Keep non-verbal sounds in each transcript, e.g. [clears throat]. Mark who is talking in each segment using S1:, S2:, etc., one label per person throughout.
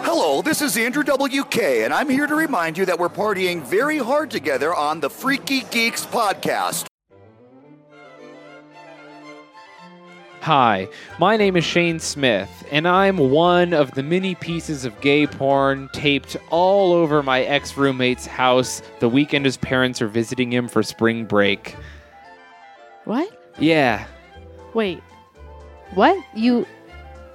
S1: Hello, this is Andrew WK, and I'm here to remind you that we're partying very hard together on the Freaky Geeks podcast.
S2: Hi, my name is Shane Smith, and I'm one of the many pieces of gay porn taped all over my ex roommate's house the weekend his parents are visiting him for spring break.
S3: What?
S2: Yeah.
S3: Wait. What? You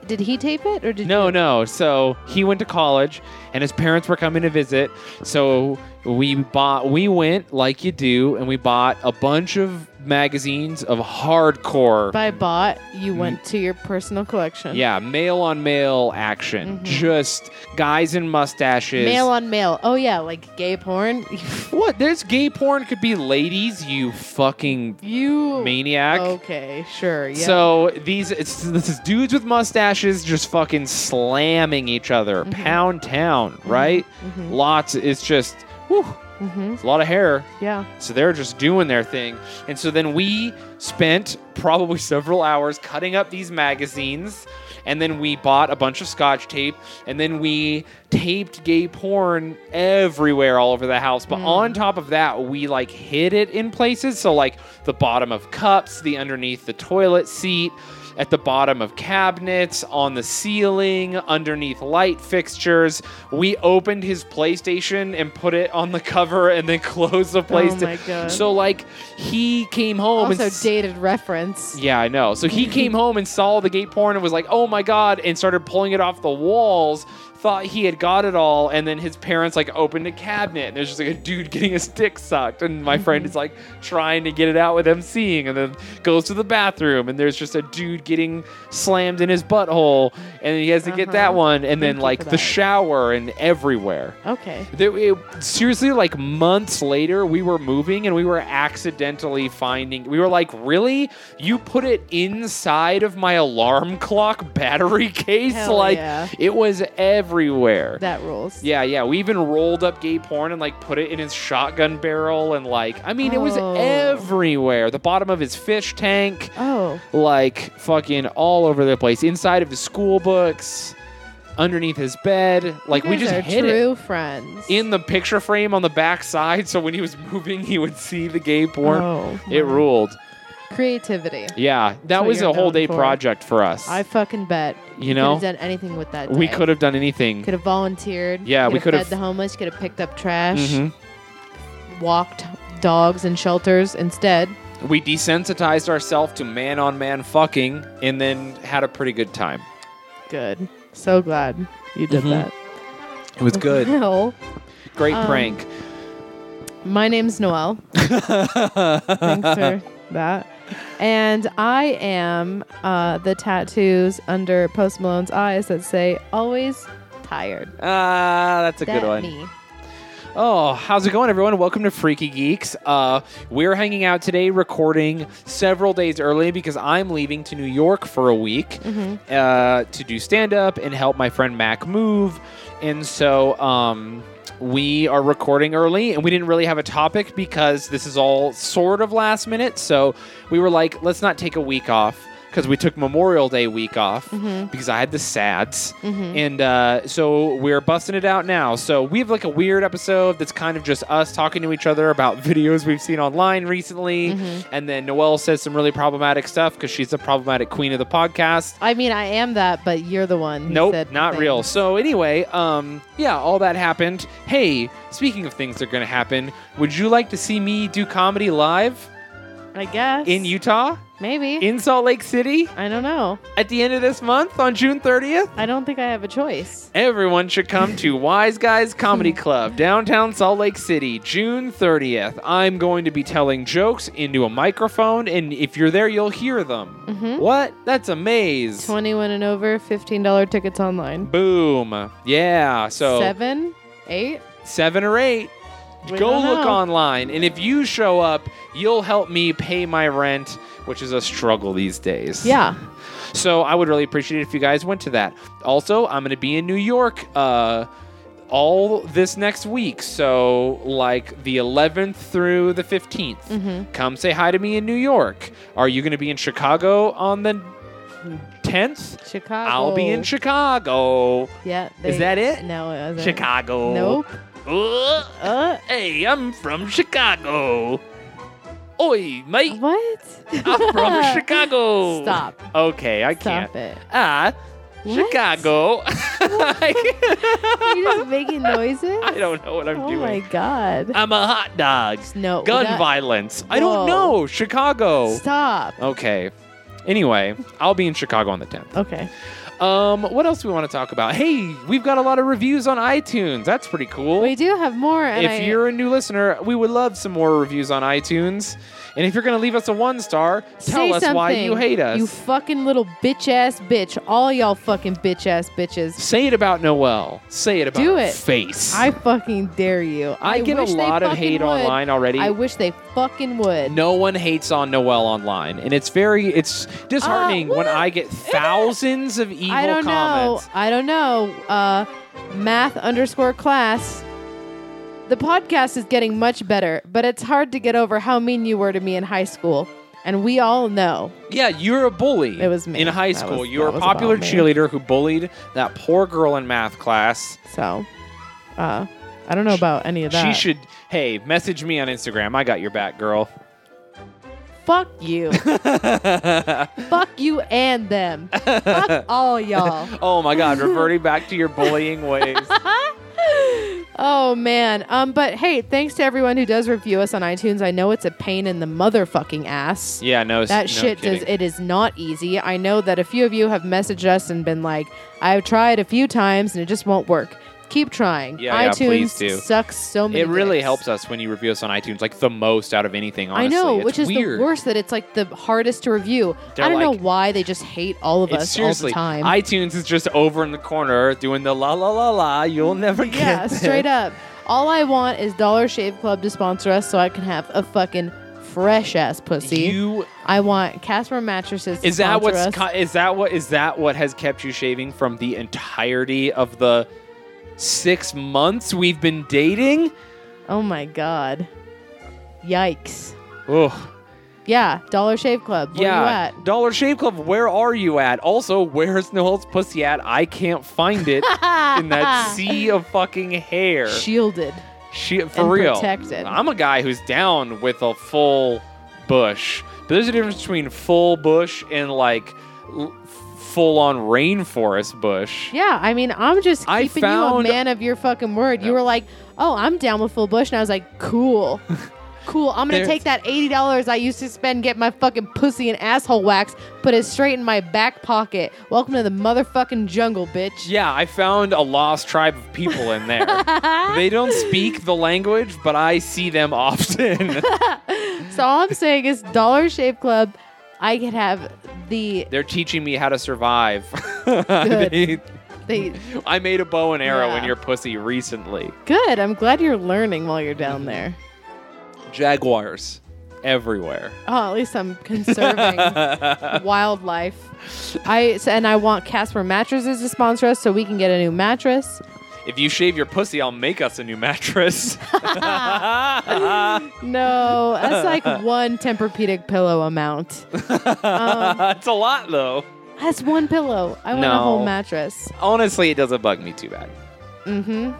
S3: did he tape it or did
S2: No,
S3: you?
S2: no. So he went to college, and his parents were coming to visit. So we bought, we went like you do, and we bought a bunch of magazines of hardcore
S3: By bot, you went to your personal collection.
S2: Mm. Yeah, male on male action. Just guys in mustaches.
S3: Male on male. Oh yeah, like gay porn. [laughs]
S2: what? There's gay porn could be ladies, you fucking
S3: you
S2: maniac.
S3: Oh, Okay, sure. Yeah.
S2: So these it's this is dudes with mustaches just fucking slamming each other.
S3: Mm-hmm.
S2: Pound town, right? Lots it's just whew,
S3: Mm-hmm.
S2: it's a lot of hair.
S3: yeah.
S2: So they're just doing their thing. And so then we spent probably several hours cutting up these magazines. And then we bought a bunch of scotch tape. And then we taped gay porn everywhere all over the house. But on top of that, we like hid it in places. So, like the bottom of cups, the underneath the toilet seat, at the bottom of cabinets, on the ceiling, underneath light fixtures. We opened his PlayStation and put it on the cover and then [laughs] closed the PlayStation.
S3: Oh my God.
S2: So like he came home and
S3: Also
S2: s-
S3: dated reference.
S2: yeah, I know. So
S3: [laughs]
S2: he came home and saw the gay porn and was like, "Oh my god!" and started pulling it off the walls. Thought he had got it all, and then his parents like opened a cabinet and there's just like a dude getting his dick sucked, and my
S3: Mm-hmm.
S2: friend is like trying to get it out with him seeing, and then goes to the bathroom and there's just a dude getting slammed in his butthole, and he has to get that one, and
S3: Uh-huh. Thank
S2: then
S3: you
S2: like
S3: for
S2: the
S3: that.
S2: shower and everywhere.
S3: Okay.
S2: There, it, seriously, like months later, we were moving and we were accidentally finding. We were like, "Really? You put it inside of my alarm clock battery [laughs] case?
S3: Hell
S2: like
S3: yeah.
S2: it was everywhere."
S3: That rules.
S2: yeah, yeah. We even rolled up gay porn and like put it in his shotgun barrel and like, I mean, it was
S3: Oh.
S2: everywhere. The bottom of his fish tank,
S3: Oh.
S2: like fucking all over the place, inside of his school books, underneath his bed. Like
S3: you
S2: we
S3: guys
S2: just
S3: are
S2: hid it
S3: true friends.
S2: in the picture frame on the back side so when he was moving he would see the gay porn
S3: Oh.
S2: it ruled
S3: creativity.
S2: yeah that
S3: what
S2: was
S3: you're
S2: a whole
S3: known
S2: day
S3: for.
S2: project for us
S3: I fucking bet.
S2: you know
S3: could have done anything with that.
S2: we could have done anything
S3: Could have volunteered.
S2: Yeah, we
S3: could
S2: could've-
S3: have fed the homeless. Could have picked up trash.
S2: Mhm. Mm-hmm.
S3: Walked dogs and shelters instead.
S2: we desensitized ourselves to man on man fucking and then had a pretty good time
S3: Good. So glad you did
S2: Mhm.
S3: that.
S2: it was good
S3: [laughs] Well,
S2: great
S3: Um,
S2: prank
S3: my
S2: [laughs]
S3: name's Noelle. Thanks for that. And I am uh, the tattoos under Post Malone's eyes that say "Always Tired."
S2: ah that's a
S3: That
S2: good one
S3: me.
S2: Oh, how's it going, everyone? Welcome to Freaky Geeks. Uh, we're hanging out today, recording several days early because I'm leaving to New York for a week uh, to do stand up and help my friend Mac move. And so um, we are recording early, and we didn't really have a topic because this is all sort of last minute. So we were like, let's not take a week off because we took Memorial Day week off
S3: Mm-hmm.
S2: because I had the sads. And uh, so we're busting it out now. So we have like a weird episode that's kind of just us talking to each other about [laughs] videos we've seen online recently.
S3: Mm-hmm.
S2: And then Noelle says some really problematic stuff because she's the problematic queen of the podcast.
S3: I mean, I am that, but you're the one. who said
S2: Nope,
S3: the
S2: not
S3: thing.
S2: real. So anyway, um, yeah, all that happened. Hey, speaking of things that are gonna happen, would you like to see me do comedy live
S3: I guess.
S2: in Utah,
S3: Maybe.
S2: in Salt Lake City,
S3: I don't know.
S2: at the end of this month on June thirtieth?
S3: I don't think I have a choice.
S2: Everyone should come to Wise Guys Comedy Club, downtown Salt Lake City, June 30th. I'm going to be telling jokes into a microphone, and if you're there, you'll hear them.
S3: Mm-hmm.
S2: What? That's a maze.
S3: 21 and over, $15 tickets online.
S2: Boom. Yeah. So
S3: Seven, eight.
S2: seven or eight.
S3: We
S2: Go
S3: don't
S2: look
S3: know.
S2: online, and if you show up, you'll help me pay my rent, which is a struggle these days.
S3: Yeah.
S2: So I would really appreciate it if you guys went to that. Also, I'm going to be in New York uh, all this next week. So, like the 11th through the 15th.
S3: Mm-hmm.
S2: Come say hi to me in New York. Are you going to be in Chicago on the tenth.
S3: Chicago.
S2: I'll be in Chicago.
S3: Yeah.
S2: Is that it?
S3: No, it wasn't.
S2: Chicago.
S3: Nope.
S2: Uh,
S3: Uh,
S2: hey, I'm from Chicago. Oi,
S3: [laughs]
S2: mate,
S3: what?
S2: I'm from
S3: [laughs]
S2: Chicago.
S3: Stop.
S2: Okay, I can't.
S3: Stop it.
S2: Ah,
S3: What?
S2: Chicago. [laughs] I
S3: You're just making
S2: [laughs]
S3: noises?
S2: don't know what I'm
S3: oh
S2: doing.
S3: my god.
S2: I'm a hot dog.
S3: no.
S2: Gun
S3: that-
S2: violence. I don't
S3: Whoa.
S2: know. Chicago.
S3: Stop.
S2: Okay. Anyway, I'll be in Chicago on the 10th.
S3: Okay.
S2: Um, what else do we want to talk about? Hey, we've got a lot of reviews on iTunes. That's pretty cool.
S3: We do have more. And
S2: if
S3: I-
S2: you're a new listener, we would love some more reviews on iTunes. And if you're going to leave us a one star, tell
S3: Say
S2: us why you
S3: something,
S2: hate us.
S3: You fucking little bitch ass bitch. All y'all fucking bitch ass bitches.
S2: Say it about Noel. Say it about
S3: Do
S2: her
S3: it.
S2: face.
S3: I fucking dare you.
S2: I get a
S3: wish they
S2: lot of
S3: fucking
S2: hate
S3: would.
S2: online already.
S3: I wish they fucking would.
S2: no one hates on Noel online, and it's very it's disheartening when
S3: Uh, what?
S2: I get thousands of evil
S3: I don't
S2: comments.
S3: know. I don't know. Uh, math underscore class. The podcast is getting much better, but it's hard to get over how mean you were to me in high school. And we all know.
S2: Yeah, you're a bully.
S3: It was me.
S2: In high
S3: That
S2: school,
S3: was-
S2: you were
S3: that
S2: a
S3: was about
S2: popular
S3: me.
S2: cheerleader who bullied that poor girl in math class.
S3: So, uh, I don't know about any of that.
S2: She should, hey, message me on Instagram. I got your back, girl.
S3: Fuck
S2: [laughs]
S3: you. Fuck you and them.
S2: [laughs]
S3: Fuck all y'all.
S2: Oh my
S3: [laughs]
S2: God, reverting back to your bullying ways.
S3: Oh man. Um but hey, thanks to everyone who does review us on iTunes. I know it's a pain in the motherfucking ass.
S2: Yeah, no, s-
S3: That
S2: no
S3: shit
S2: kidding.
S3: does it is not easy. I know that a few of you have messaged us and been like, I've tried a few times and it just won't work. Keep trying.
S2: Yeah, yeah,
S3: iTunes
S2: please do.
S3: sucks so many
S2: It really
S3: dicks.
S2: helps us when you review us on iTunes, like the most out of anything. Honestly,
S3: I know,
S2: It's
S3: which is
S2: weird.
S3: the worst that it's like the hardest to review.
S2: They're
S3: I don't
S2: like-
S3: know why they just hate all of
S2: It's
S3: us
S2: seriously,
S3: all the time.
S2: iTunes is just over in the corner doing the la la la la. You'll never get
S3: Mm, Yeah,
S2: this. [laughs]
S3: straight up. All I want is Dollar Shave Club to sponsor us so I can have a fucking fresh ass pussy.
S2: You
S3: I want Casper mattresses. To
S2: Is that
S3: sponsor
S2: what's
S3: us.
S2: co- is that what is that what has kept you shaving from the entirety of the six months we've been dating?
S3: oh my god! Yikes!
S2: Oh
S3: Yeah, Dollar Shave Club. Where
S2: yeah,
S3: you at?
S2: Dollar Shave Club. Where are you at? Also, where's Noel's pussy at? I can't find
S3: [laughs]
S2: it in that sea of fucking hair.
S3: Shielded.
S2: She for
S3: and
S2: real.
S3: protected.
S2: I'm a guy who's down with a full bush, but there's a difference between full bush and like l- full on rainforest bush.
S3: Yeah, I mean, I'm just
S2: I
S3: keeping you a
S2: found-
S3: man of your fucking word. You were like, "Oh, I'm down with full bush," and I was
S2: [laughs]
S3: like, "Cool." Cool. I'm gonna
S2: There's-
S3: take that eighty dollars I used to spend get my fucking pussy and asshole wax, put it straight in my back pocket. Welcome to the motherfucking jungle, bitch.
S2: Yeah, I found a lost tribe of people in
S3: [laughs]
S2: there. they don't speak the language, but I see them
S3: [laughs]
S2: often.
S3: So all I'm saying is Dollar Shave Club, I could have
S2: [laughs]
S3: the
S2: They're teaching me how to survive. [laughs]
S3: Good.
S2: They-
S3: the
S2: I made a bow and arrow in
S3: Yeah.
S2: your pussy recently.
S3: good. I'm glad you're learning while you're down there.
S2: [laughs] Jaguars everywhere.
S3: Oh, at least
S2: [laughs]
S3: I'm conserving wildlife. I so, and I want Casper mattresses to sponsor us so we can get a new mattress.
S2: If you shave your pussy, I'll make us a new
S3: [laughs]
S2: mattress.
S3: No, that's like
S2: [laughs]
S3: one Tempur-Pedic pillow amount. Um,
S2: [laughs] it's a lot though.
S3: That's one pillow. I want a
S2: No.
S3: whole mattress.
S2: Honestly, it doesn't bug me too bad.
S3: Mm-hmm.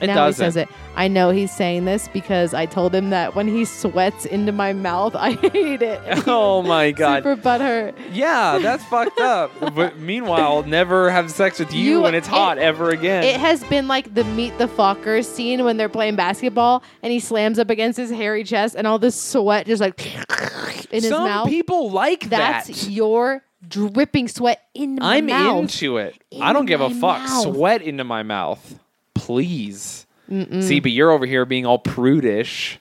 S2: It
S3: now
S2: doesn't.
S3: he says it. I know he's saying this because I told him that when he sweats into my mouth, [laughs] I hate it.
S2: [laughs] Oh
S3: [laughs]
S2: my god.
S3: Super butthurt.
S2: Yeah, that's fucked
S3: [laughs]
S2: up. But meanwhile, never have sex with you,
S3: You-
S2: when it's hot ever again.
S3: It has been like the meet the fuckers scene when they're playing basketball, and he slams up against his hairy chest, and all this sweat just like [sniffs] in his
S2: Some
S3: mouth.
S2: people like
S3: That's
S2: that.
S3: your dripping sweat in my
S2: I'm
S3: mouth.
S2: into it.
S3: In
S2: I don't give a
S3: my
S2: fuck.
S3: mouth.
S2: Sweat into my mouth, please. See, but you're over here being all prudish.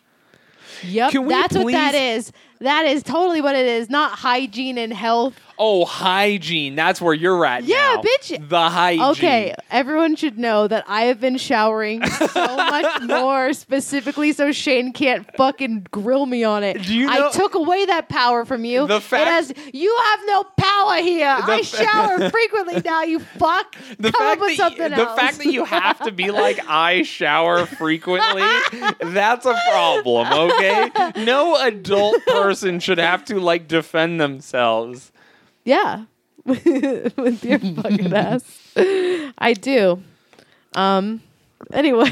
S3: Yep,
S2: Can we
S3: that's what that
S2: please-
S3: is. That is totally what it is. Not hygiene and health.
S2: Oh, hygiene. That's where you're at.
S3: Yeah,
S2: now.
S3: bitch.
S2: The hygiene.
S3: Okay, everyone should know that I have been showering
S2: [laughs]
S3: so much more specifically, so Shane can't fucking grill me on it.
S2: Do you know-
S3: I took away that power from you.
S2: The fact-
S3: it has, you have no power here.
S2: The
S3: I
S2: fa- [laughs]
S3: shower frequently now. You fuck.
S2: The
S3: Come
S2: fact,
S3: up
S2: that
S3: with something
S2: you, the
S3: else.
S2: fact that you have to be like, I shower frequently, that's a problem, okay? No adult person should have to like defend themselves.
S3: [laughs] yeah, [laughs]
S2: [laughs]
S3: with your bucket ass. I do. Um. Anyway.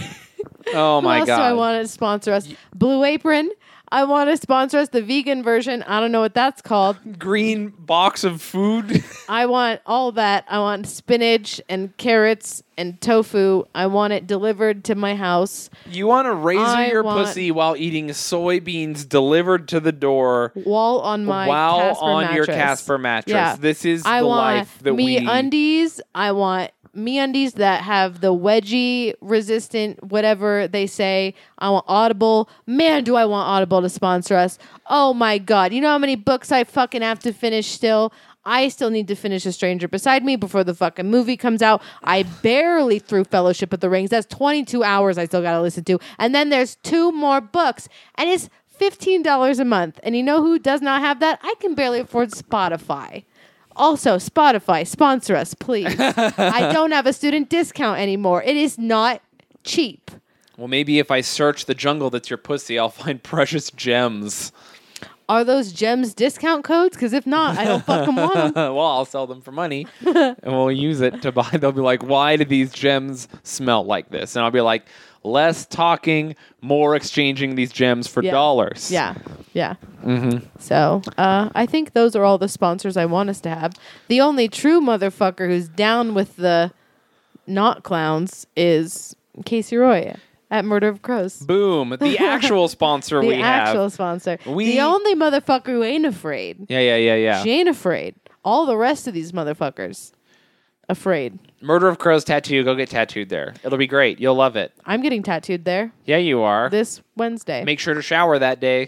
S2: Oh [laughs]
S3: Who
S2: my
S3: else
S2: god.
S3: do I want to sponsor us? Blue Apron. I want to sponsor us the vegan version. I don't know what that's called.
S2: Green box of food. [laughs]
S3: I want all that. I want spinach and carrots and tofu. I want it delivered to my house.
S2: you want to razor
S3: I
S2: your
S3: want-
S2: pussy while eating soybeans delivered to the door
S3: While on my
S2: while
S3: Casper
S2: on your
S3: mattress.
S2: Casper mattress.
S3: Yeah.
S2: This is
S3: I
S2: the
S3: want
S2: life that
S3: me
S2: we
S3: undies. I want me undies that have the wedgie resistant whatever they say. I want Audible. Man, do I want Audible to sponsor us? Oh my god! You know how many books I fucking have to finish still. I still need to finish A Stranger Beside Me before the fucking movie comes out. I barely through Fellowship of the Rings. That's 22 hours I still got to listen to. And then there's two more books. And it's $15 a month. And you know who does not have that? I can barely afford Spotify. Also, Spotify, sponsor us, please. I don't have a student discount anymore. It is not cheap.
S2: Well, maybe if I search the jungle that's your pussy, I'll find [laughs] precious gems.
S3: Are those gems discount codes? Because if not, I don't fucking want 'em.
S2: [laughs] well, I'll sell them for money and we'll use it to buy. [laughs] They'll be like, why do these gems smell like this? And I'll be like, less talking, more exchanging these gems for
S3: Yeah.
S2: dollars. Mm-hmm.
S3: Yeah, yeah. So uh, I think those are all the sponsors I want us to have. The only true motherfucker who's down with the not clowns is Casey Roy at Murder of Crows.
S2: Boom. The actual
S3: [laughs]
S2: sponsor
S3: The
S2: we
S3: actual
S2: have.
S3: sponsor.
S2: We-
S3: the only motherfucker who ain't afraid.
S2: Yeah, yeah, yeah, yeah.
S3: She ain't afraid. All the rest of these motherfuckers afraid.
S2: Murder of Crows tattoo. Go get tattooed there. It'll be great. You'll love it.
S3: I'm getting tattooed there
S2: Yeah, you are.
S3: this Wednesday.
S2: Make sure to shower that
S3: [laughs]
S2: day. Uh,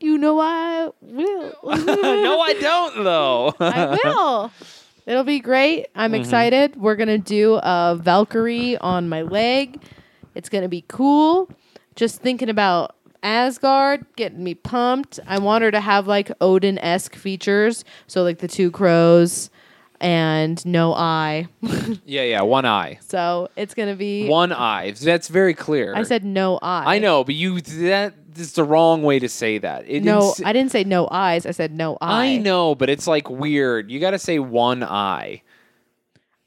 S3: you know I will.
S2: [laughs] no, I don't, though.
S3: [laughs] I will. It'll be great. I'm
S2: Mm-hmm.
S3: excited. We're gonna do a Valkyrie on my leg. It's gonna be cool. Just thinking about Asgard getting me pumped. I want her to have like Odin esque features, so like the two crows and no eye.
S2: [laughs]
S3: [laughs]
S2: yeah, yeah. One eye.
S3: so it's gonna be.
S2: One eye. That's very clear.
S3: I said no eye.
S2: I know, but you that is the wrong way to say that. It
S3: No,
S2: ins-
S3: I didn't say no eyes. I said no eye.
S2: I know, but it's like weird. You got to say one eye.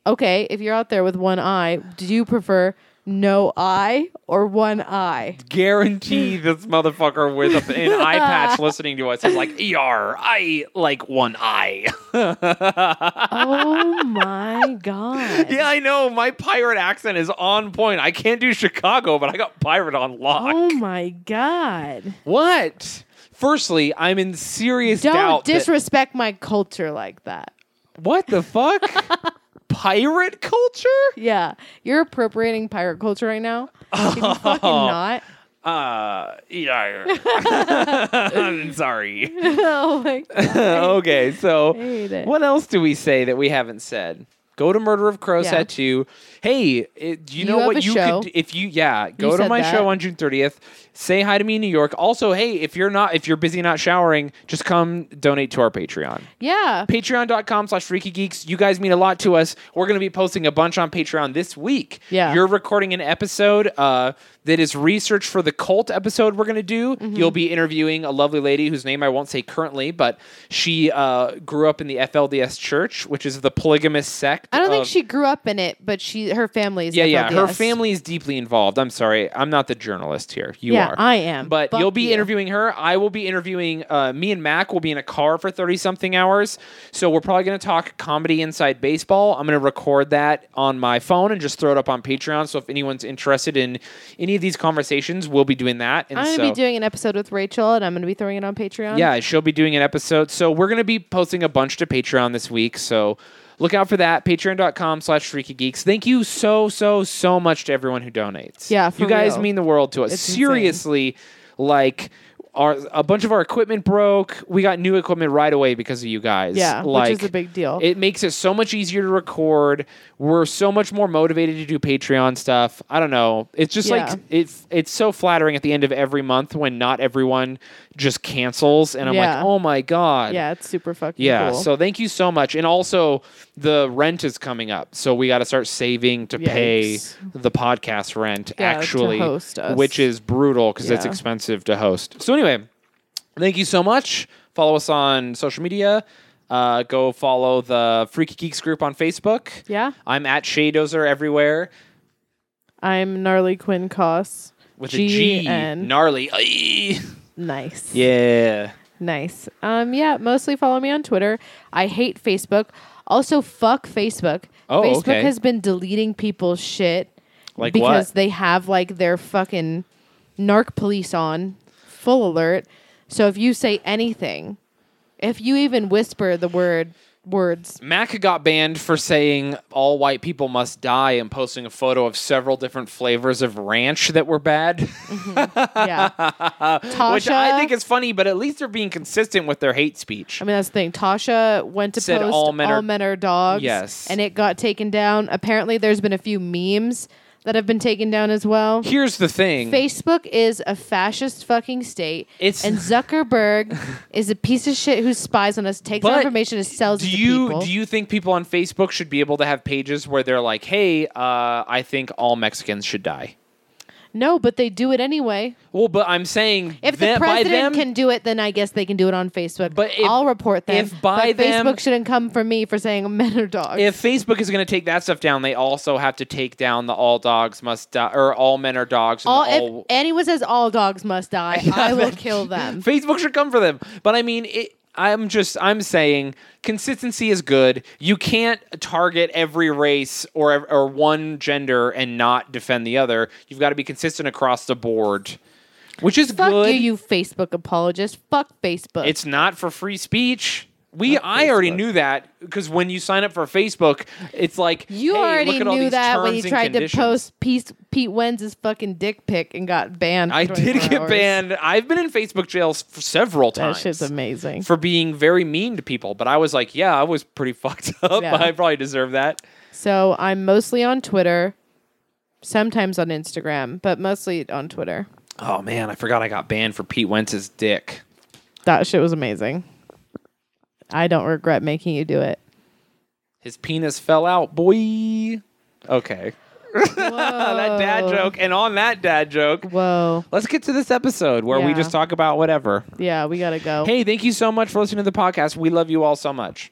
S3: Okay, if you're out there with one eye, do you prefer no eye or one eye?
S2: Guarantee this motherfucker with a, an eye patch listening to us is like, "Er, I like one eye."
S3: oh my god.
S2: yeah, I know. My pirate accent is on point. I can't do Chicago, but I got pirate on lock.
S3: Oh my god.
S2: What? Firstly, I'm in serious
S3: Don't
S2: doubt. that-
S3: disrespect my culture like that.
S2: [laughs] what the fuck? pirate culture?
S3: Yeah. You're appropriating pirate culture right now. Can
S2: [laughs]
S3: you fucking not?
S2: Uh, yeah. [laughs] I'm sorry.
S3: [laughs] oh [laughs] my
S2: [laughs]
S3: god. [laughs]
S2: okay, so
S3: hate it.
S2: what else do we say that we haven't said? Go to Murder of Crows
S3: Yeah.
S2: Tattoo. Hey, it, do you,
S3: You
S2: know
S3: have
S2: what
S3: a
S2: you
S3: show.
S2: could d- if you yeah go to
S3: said
S2: my
S3: that.
S2: show on June thirtieth. Say hi to me in New York. Also, hey, if you're not if you're busy not showering, just come donate to our Patreon.
S3: Yeah.
S2: Patreon.com slash Freaky Geeks. You guys mean a lot to us. We're going to be posting a bunch on Patreon this week.
S3: Yeah.
S2: You're recording an episode uh, that is research for the cult episode we're going to do.
S3: Mm-hmm.
S2: You'll be interviewing a lovely lady whose name I won't say currently, but she uh, grew up in the FLDS church, which is the polygamous sect.
S3: I don't think
S2: of-
S3: she grew up in it, but she her family's
S2: Um, Yeah, yeah. Her
S3: FLDS.
S2: family is deeply involved. I'm sorry. I'm not the journalist here. You
S3: Yeah,
S2: are.
S3: I am.
S2: But
S3: Fuck
S2: you'll be
S3: you.
S2: interviewing her. I will be interviewing uh, me and Mac will be in a car for 30 something hours. So we're probably going to talk comedy inside baseball. I'm going to record that on my phone and just throw it up on Patreon. So if anyone's interested in any of these conversations, we'll be doing that. And
S3: I'm gonna
S2: so,
S3: be doing an episode with Rachel and I'm gonna be throwing it on Patreon.
S2: yeah, she'll be doing an episode. So we're going to be posting a bunch to Patreon this week. So look out for that. Patreon.com slash Freaky Geeks. Thank you so, so, so much to everyone who donates.
S3: Yeah, for
S2: You guys
S3: real.
S2: mean the world to us.
S3: It's insane.
S2: Seriously, like... Our, a bunch of our equipment broke. We got new equipment right away because of you guys.
S3: Yeah,
S2: like,
S3: which is a big deal.
S2: It makes it so much easier to record. We're so much more motivated to do Patreon stuff. I don't know. It's just
S3: Yeah.
S2: like it's it's so flattering at the end of every month when not everyone just cancels and I'm
S3: Yeah.
S2: like, "Oh my god."
S3: yeah, it's super fucking
S2: Yeah,
S3: cool.
S2: so thank you so much. And also the rent is coming up, so we got to start saving to pay
S3: Yikes.
S2: the podcast rent
S3: Yeah, to
S2: actually,
S3: host us.
S2: which is brutal cuz it's
S3: Yeah.
S2: expensive to host. So anyway, thank you so much. Follow us on social media. Uh, go follow the Freaky Geeks group on Facebook.
S3: Yeah.
S2: I'm at Shaydozer everywhere
S3: I'm gnarly Quinn Koss.
S2: with a G.
S3: E N.
S2: Gnarly.
S3: [laughs]
S2: Aye.
S3: nice.
S2: Yeah.
S3: Nice. Um, yeah, mostly follow me on Twitter. I hate Facebook. Also, fuck Facebook.
S2: Oh,
S3: Facebook
S2: okay.
S3: has been deleting people's shit
S2: Like
S3: because
S2: what?
S3: they have like their fucking narc police on full alert. So if you say anything, if you even whisper the word words,
S2: Mac got banned for saying all white people must die and posting a photo of several different flavors of ranch that were bad, [laughs]
S3: yeah, Tasha.
S2: which I think is funny, but at least they're being consistent with their hate speech.
S3: I mean, that's the thing. Tasha went to
S2: Said
S3: post
S2: all men are-
S3: dogs.
S2: Yes.
S3: And it got taken down. Apparently, there's been a few memes that have been taken down
S2: [laughs]
S3: as well.
S2: Here's the thing.
S3: Facebook is a fascist fucking state.
S2: It's- [laughs]
S3: and Zuckerberg is a piece of shit who spies on us, takes our
S2: But
S3: information, and sells
S2: do
S3: it to
S2: you
S3: people.
S2: do you think people on Facebook should be able to have pages where they're like, "Hey, uh, I think all Mexicans should die"?
S3: no, but they do it anyway.
S2: Well, but I'm saying
S3: If
S2: them-
S3: the president
S2: by them,
S3: can do it, then I guess they can do it on Facebook.
S2: But if-
S3: I'll report them.
S2: if by
S3: but
S2: them-
S3: Facebook shouldn't come for me for saying men are dogs.
S2: if Facebook is going to take that stuff down, they also have to take down the all dogs must die or all men are dogs. And
S3: all,
S2: the
S3: if
S2: all...
S3: anyone says all dogs must
S2: [laughs]
S3: die, I will kill them.
S2: Facebook should come for them. But I mean, it, I'm just I'm saying consistency is good. You can't target every race or ev- or one gender and not defend the other. You've got to be consistent across the board, which is
S3: Fuck
S2: good.
S3: you, you Facebook apologist. Fuck Facebook.
S2: It's not for free speech. We I already knew that because when you sign up for Facebook, it's like
S3: you
S2: hey,
S3: already
S2: look at all
S3: knew
S2: these
S3: that when
S2: terms
S3: you
S2: and
S3: tried
S2: conditions.
S3: to post Pete, Pete Wenz's fucking dick pic and got banned. for [laughs]
S2: I did
S3: 24
S2: get
S3: hours.
S2: banned. I've been in Facebook jail s- for several
S3: That
S2: times
S3: shit's amazing.
S2: for being very mean to people. But I was like, yeah, I was pretty [laughs] fucked up.
S3: Yeah.
S2: I probably deserve that.
S3: So I'm mostly on Twitter, sometimes on Instagram, but mostly on Twitter.
S2: Oh man, I forgot I got banned for Pete Wentz's dick.
S3: That shit was amazing. I don't regret making you do it.
S2: His penis fell out, boy. Okay, [laughs] that dad joke. And on that dad joke,
S3: Whoa.
S2: let's get to this episode where we
S3: Yeah.
S2: just talk about whatever.
S3: Yeah, we gotta go.
S2: Hey, thank you so much for listening to the podcast. We love you all so much.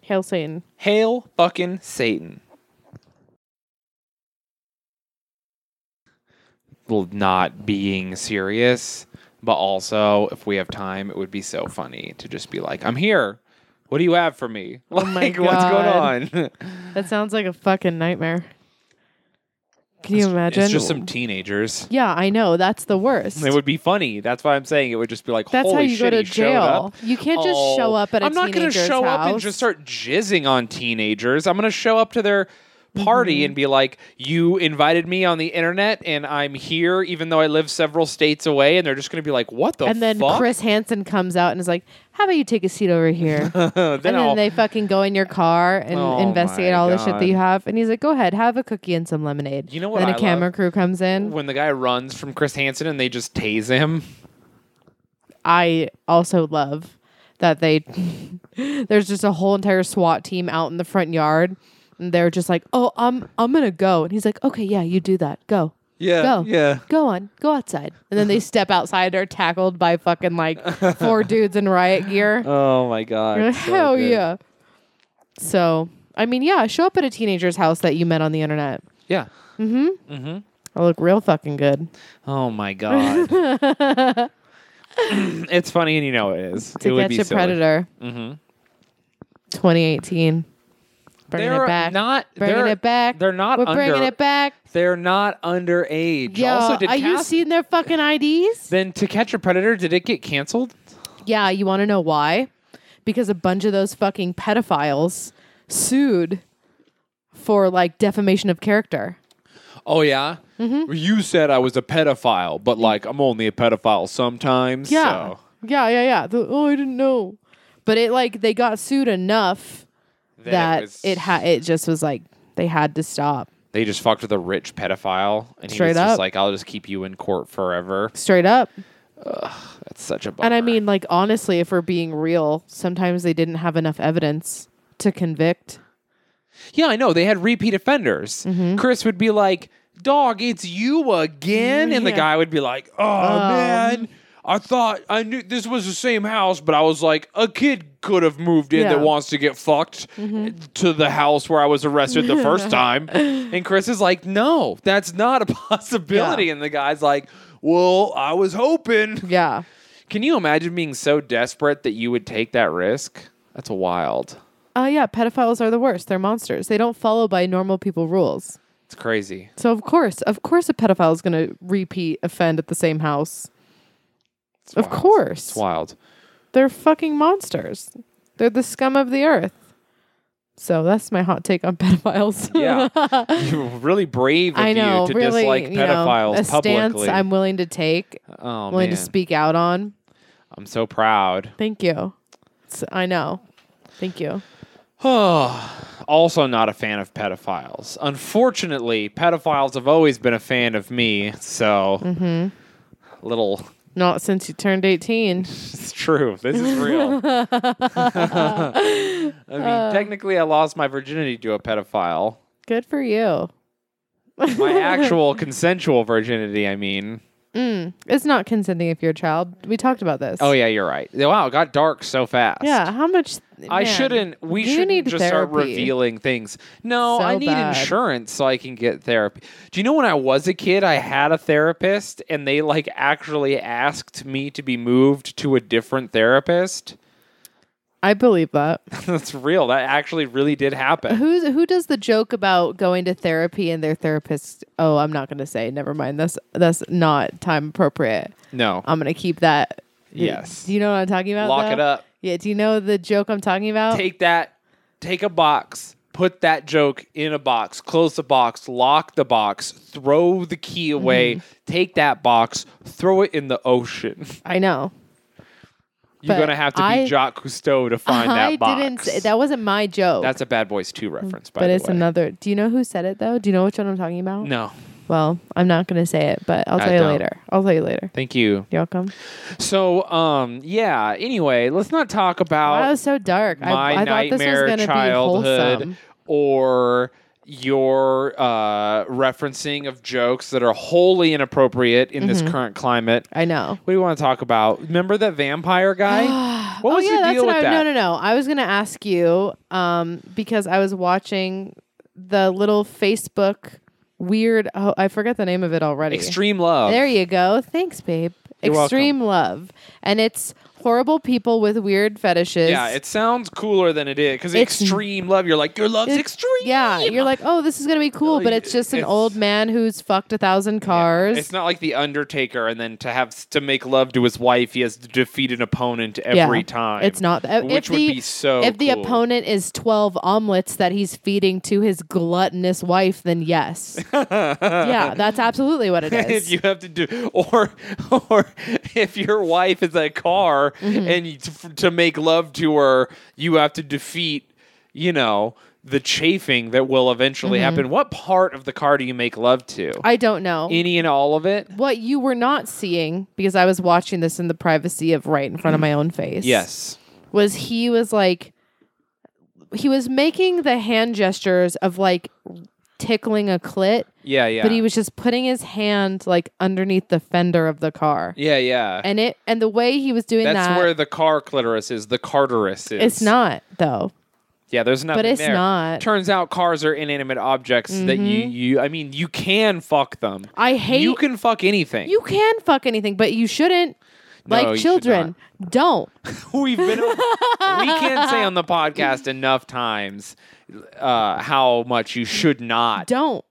S3: Hail Satan.
S2: Hail fucking Satan. Well, not being serious, but also if we have time, it would be so funny to just be like, I'm here. What do you have for me?
S3: Oh
S2: [laughs]
S3: my
S2: like, what's
S3: God.
S2: going on?
S3: That sounds like a fucking nightmare. Can you imagine?
S2: It's just some teenagers.
S3: yeah, I know. That's the worst.
S2: It would be funny. That's why I'm saying it would just be like,
S3: That's
S2: holy
S3: how you
S2: shit,
S3: go to
S2: he showed up. Oh,
S3: jail. You can't just show up at a
S2: I'm not gonna
S3: teenager's
S2: show up and
S3: house.
S2: just start jizzing on teenagers. I'm going to show up to their party
S3: Mm-hmm.
S2: and be like, "You invited me on the internet, and I'm here, even though I live several states away." And they're just going to be like, "What the?"
S3: and then
S2: fuck? [laughs]
S3: Chris Hansen comes out and is like, "How about you take a seat over here?" and
S2: Uh, then
S3: then
S2: I'll-
S3: they fucking go in your car and
S2: Oh
S3: investigate
S2: my
S3: all the shit
S2: God.
S3: that you have. And he's like, "Go ahead, have a cookie and some lemonade."
S2: You know
S3: And
S2: what
S3: then
S2: I
S3: a camera
S2: love?
S3: crew comes in.
S2: when the guy runs from Chris Hansen and they just tase him.
S3: I also love that they [laughs] there's just a whole entire SWAT team out in the front yard and they're just like, "Oh, I'm I'm going to go." And he's like, "Okay, yeah, you do that. Go."
S2: Yeah,
S3: Go.
S2: yeah.
S3: Go on. Go outside.
S2: [laughs]
S3: And then they step outside are tackled by fucking like four dudes in riot gear.
S2: Oh my god!
S3: [laughs] Hell yeah. So, I mean, yeah, show up at a teenager's house that you met on the internet.
S2: Yeah.
S3: I look real fucking good.
S2: Oh my
S3: [laughs]
S2: god. [clears throat] it's funny, and you know it is.
S3: To
S2: it would
S3: catch
S2: be
S3: a
S2: silly. Mm-hmm.
S3: predator. Mm-hmm. 2018. Bringing
S2: They're
S3: it back.
S2: not-
S3: bringing
S2: they're-
S3: it back.
S2: they're not
S3: We're bringing
S2: under-
S3: it back.
S2: They're not underage.
S3: Yo,
S2: also, did
S3: are you
S2: Cass-
S3: seeing their fucking IDs?
S2: Then to catch a predator, did it get canceled?
S3: Yeah, you want to know why? Because a bunch of those fucking pedophiles sued for like defamation of character.
S2: Oh yeah.
S3: Mm-hmm.
S2: You said I was a pedophile, but like I'm only a pedophile sometimes.
S3: Mm. Yeah.
S2: So
S3: Yeah, yeah, yeah. The- oh, I didn't know. But it like they got sued enough
S2: Then it
S3: that it,
S2: was-
S3: had it just was like they had to stop.
S2: they just fucked with a rich pedophile, and he
S3: Straight
S2: was just
S3: up.
S2: like, "I'll just keep you in court forever."
S3: Straight up.
S2: That's such a bummer.
S3: And I mean like honestly, if we're being real, sometimes they didn't have enough evidence to convict.
S2: yeah, I know they had repeat offenders.
S3: Mm-hmm.
S2: Chris would be like, "Dog, it's you again," and the
S3: Yeah. Oh.
S2: guy would be like, "Oh man." I thought I knew this was the same house, but I was like, a kid could have moved in
S3: Yeah. Mm-hmm.
S2: that wants to get fucked to the house where I was arrested the
S3: [laughs]
S2: first time. And Chris is like, no, that's not a [laughs] possibility. And the guy's like, well, I was hoping.
S3: Yeah.
S2: Can you imagine being so desperate that you would take that risk? That's wild.
S3: Oh, yeah. Pedophiles are the worst. They're monsters. They don't follow by normal people rules.
S2: It's crazy.
S3: So, of course, of course, a pedophile is going to repeat offend at the same house.
S2: It's
S3: Of
S2: wild.
S3: course.
S2: It's wild.
S3: They're fucking monsters. They're the scum of the earth. So, that's my hot take on [laughs] pedophiles. [laughs]
S2: Yeah. You're really brave of
S3: I know,
S2: you to
S3: really,
S2: dislike
S3: you know,
S2: pedophiles
S3: a
S2: publicly.
S3: stance I'm willing to take,
S2: oh,
S3: willing
S2: man.
S3: to speak out on.
S2: I'm so proud. [sighs]
S3: Thank you. It's- I know. Thank you.
S2: also not a fan of pedophiles. Unfortunately, pedophiles have always been a fan of me, so
S3: Mm-hmm.
S2: little [laughs]
S3: Not since you turned 18.
S2: it's true. This is
S3: [laughs]
S2: real. [laughs] I mean, technically I lost my virginity to a pedophile.
S3: Good for you. [laughs]
S2: My actual consensual virginity, I mean.
S3: It's not consenting if you're a child. We talked about this.
S2: Oh yeah, you're right. Wow, it got dark so fast.
S3: Yeah. How much?
S2: I
S3: man,
S2: shouldn't. We
S3: you
S2: shouldn't
S3: need
S2: just start
S3: therapy.
S2: revealing things. No,
S3: So
S2: I need
S3: bad.
S2: insurance so I can get therapy. Do you know when I was a kid, I had a therapist, and they like actually asked me to be moved to a different therapist. [laughs]
S3: I believe that.
S2: That's real. That actually really did happen.
S3: Who's who does the joke about going to therapy and their therapist? Oh, I'm not going to say. Never mind. That's that's not time appropriate.
S2: No,
S3: I'm going to keep that.
S2: Yes.
S3: Do you know what I'm talking about?
S2: lock it
S3: though?
S2: up.
S3: Yeah. Do you know the joke I'm talking about?
S2: Take that. Take a box. Put that joke in a box. Close the box. Lock the box. Throw the key away.
S3: Mm-hmm.
S2: Take that box. Throw it in the ocean. [laughs]
S3: I know.
S2: You're
S3: But
S2: gonna have to
S3: I-
S2: be Jacques Cousteau to find
S3: I
S2: that box.
S3: didn't. Say, that wasn't my joke.
S2: That's a Bad Boys Two reference, by
S3: but
S2: the
S3: it's
S2: way.
S3: another. Do you know who said it though? Do you know which one I'm talking about?
S2: No,
S3: Well, I'm not going to say it, but I'll
S2: I
S3: tell you
S2: don't.
S3: later. I'll tell you later.
S2: thank you.
S3: You're welcome.
S2: So, um, yeah. Anyway, let's not talk about
S3: Wow, that was so dark.
S2: Uh, my
S3: I, I thought this was
S2: nightmare
S3: going to be
S2: childhood
S3: wholesome.
S2: or your uh, referencing of jokes that are wholly inappropriate in
S3: Mm-hmm.
S2: this current climate.
S3: I know.
S2: What do you want to talk about? Remember that vampire
S3: [gasps]
S2: guy? what
S3: oh
S2: was
S3: yeah,
S2: your
S3: that's
S2: deal
S3: what
S2: with
S3: I,
S2: that?
S3: No, no, no. I was going to ask you um, because I was watching the little Facebook weird. Oh, I forget the name of it already.
S2: Extreme love.
S3: There you go. Thanks, babe.
S2: You're welcome.
S3: Extreme love, and it's horrible people with weird fetishes.
S2: Yeah, it sounds cooler than it is because
S3: It's-
S2: extreme love. You're like your love's
S3: It's-
S2: extreme.
S3: Yeah, you're like, oh, this is gonna be cool, but it's just an
S2: It's-
S3: old man who's fucked a thousand cars.
S2: It's not like the Undertaker, and then to have to make love to his wife, he has to defeat an opponent
S3: Yeah.
S2: every time.
S3: It's not if
S2: which
S3: the,
S2: would be so.
S3: If the
S2: cool. [laughs]
S3: opponent is twelve omelets that he's feeding to his gluttonous wife,
S2: [laughs]
S3: then yes, yeah, that's absolutely what it
S2: if
S3: is.
S2: you have to do, or or if your wife is a car
S3: Mm-hmm.
S2: and you, to, to make love to her, you have to defeat, you know, the chafing that will eventually happen. What part of the car do you make love to?
S3: Mm-hmm. I don't know
S2: Any and all of it?
S3: what you were not seeing because I was watching this in the privacy of right in front of
S2: [clears throat]
S3: my own face.
S2: Yes.
S3: was he was like he was making the hand gestures of like tickling a clit
S2: Yeah, yeah.
S3: but he was just putting his hand like underneath the fender of the car
S2: yeah, yeah.
S3: and it and the way he was doing
S2: That's
S3: that
S2: where the car clitoris is. The carteris is.
S3: it's not though
S2: Yeah, there's nothing.
S3: it's
S2: there.
S3: not. Mm-hmm.
S2: Turns out cars are inanimate objects that you you. I mean, you can fuck them.
S3: i hate
S2: you can fuck anything.
S3: you can fuck anything but you shouldn't
S2: No, you
S3: like
S2: should
S3: children don't
S2: [laughs] We've been. over- we can't say on the
S3: [laughs]
S2: podcast enough times uh, how much you should not.
S3: don't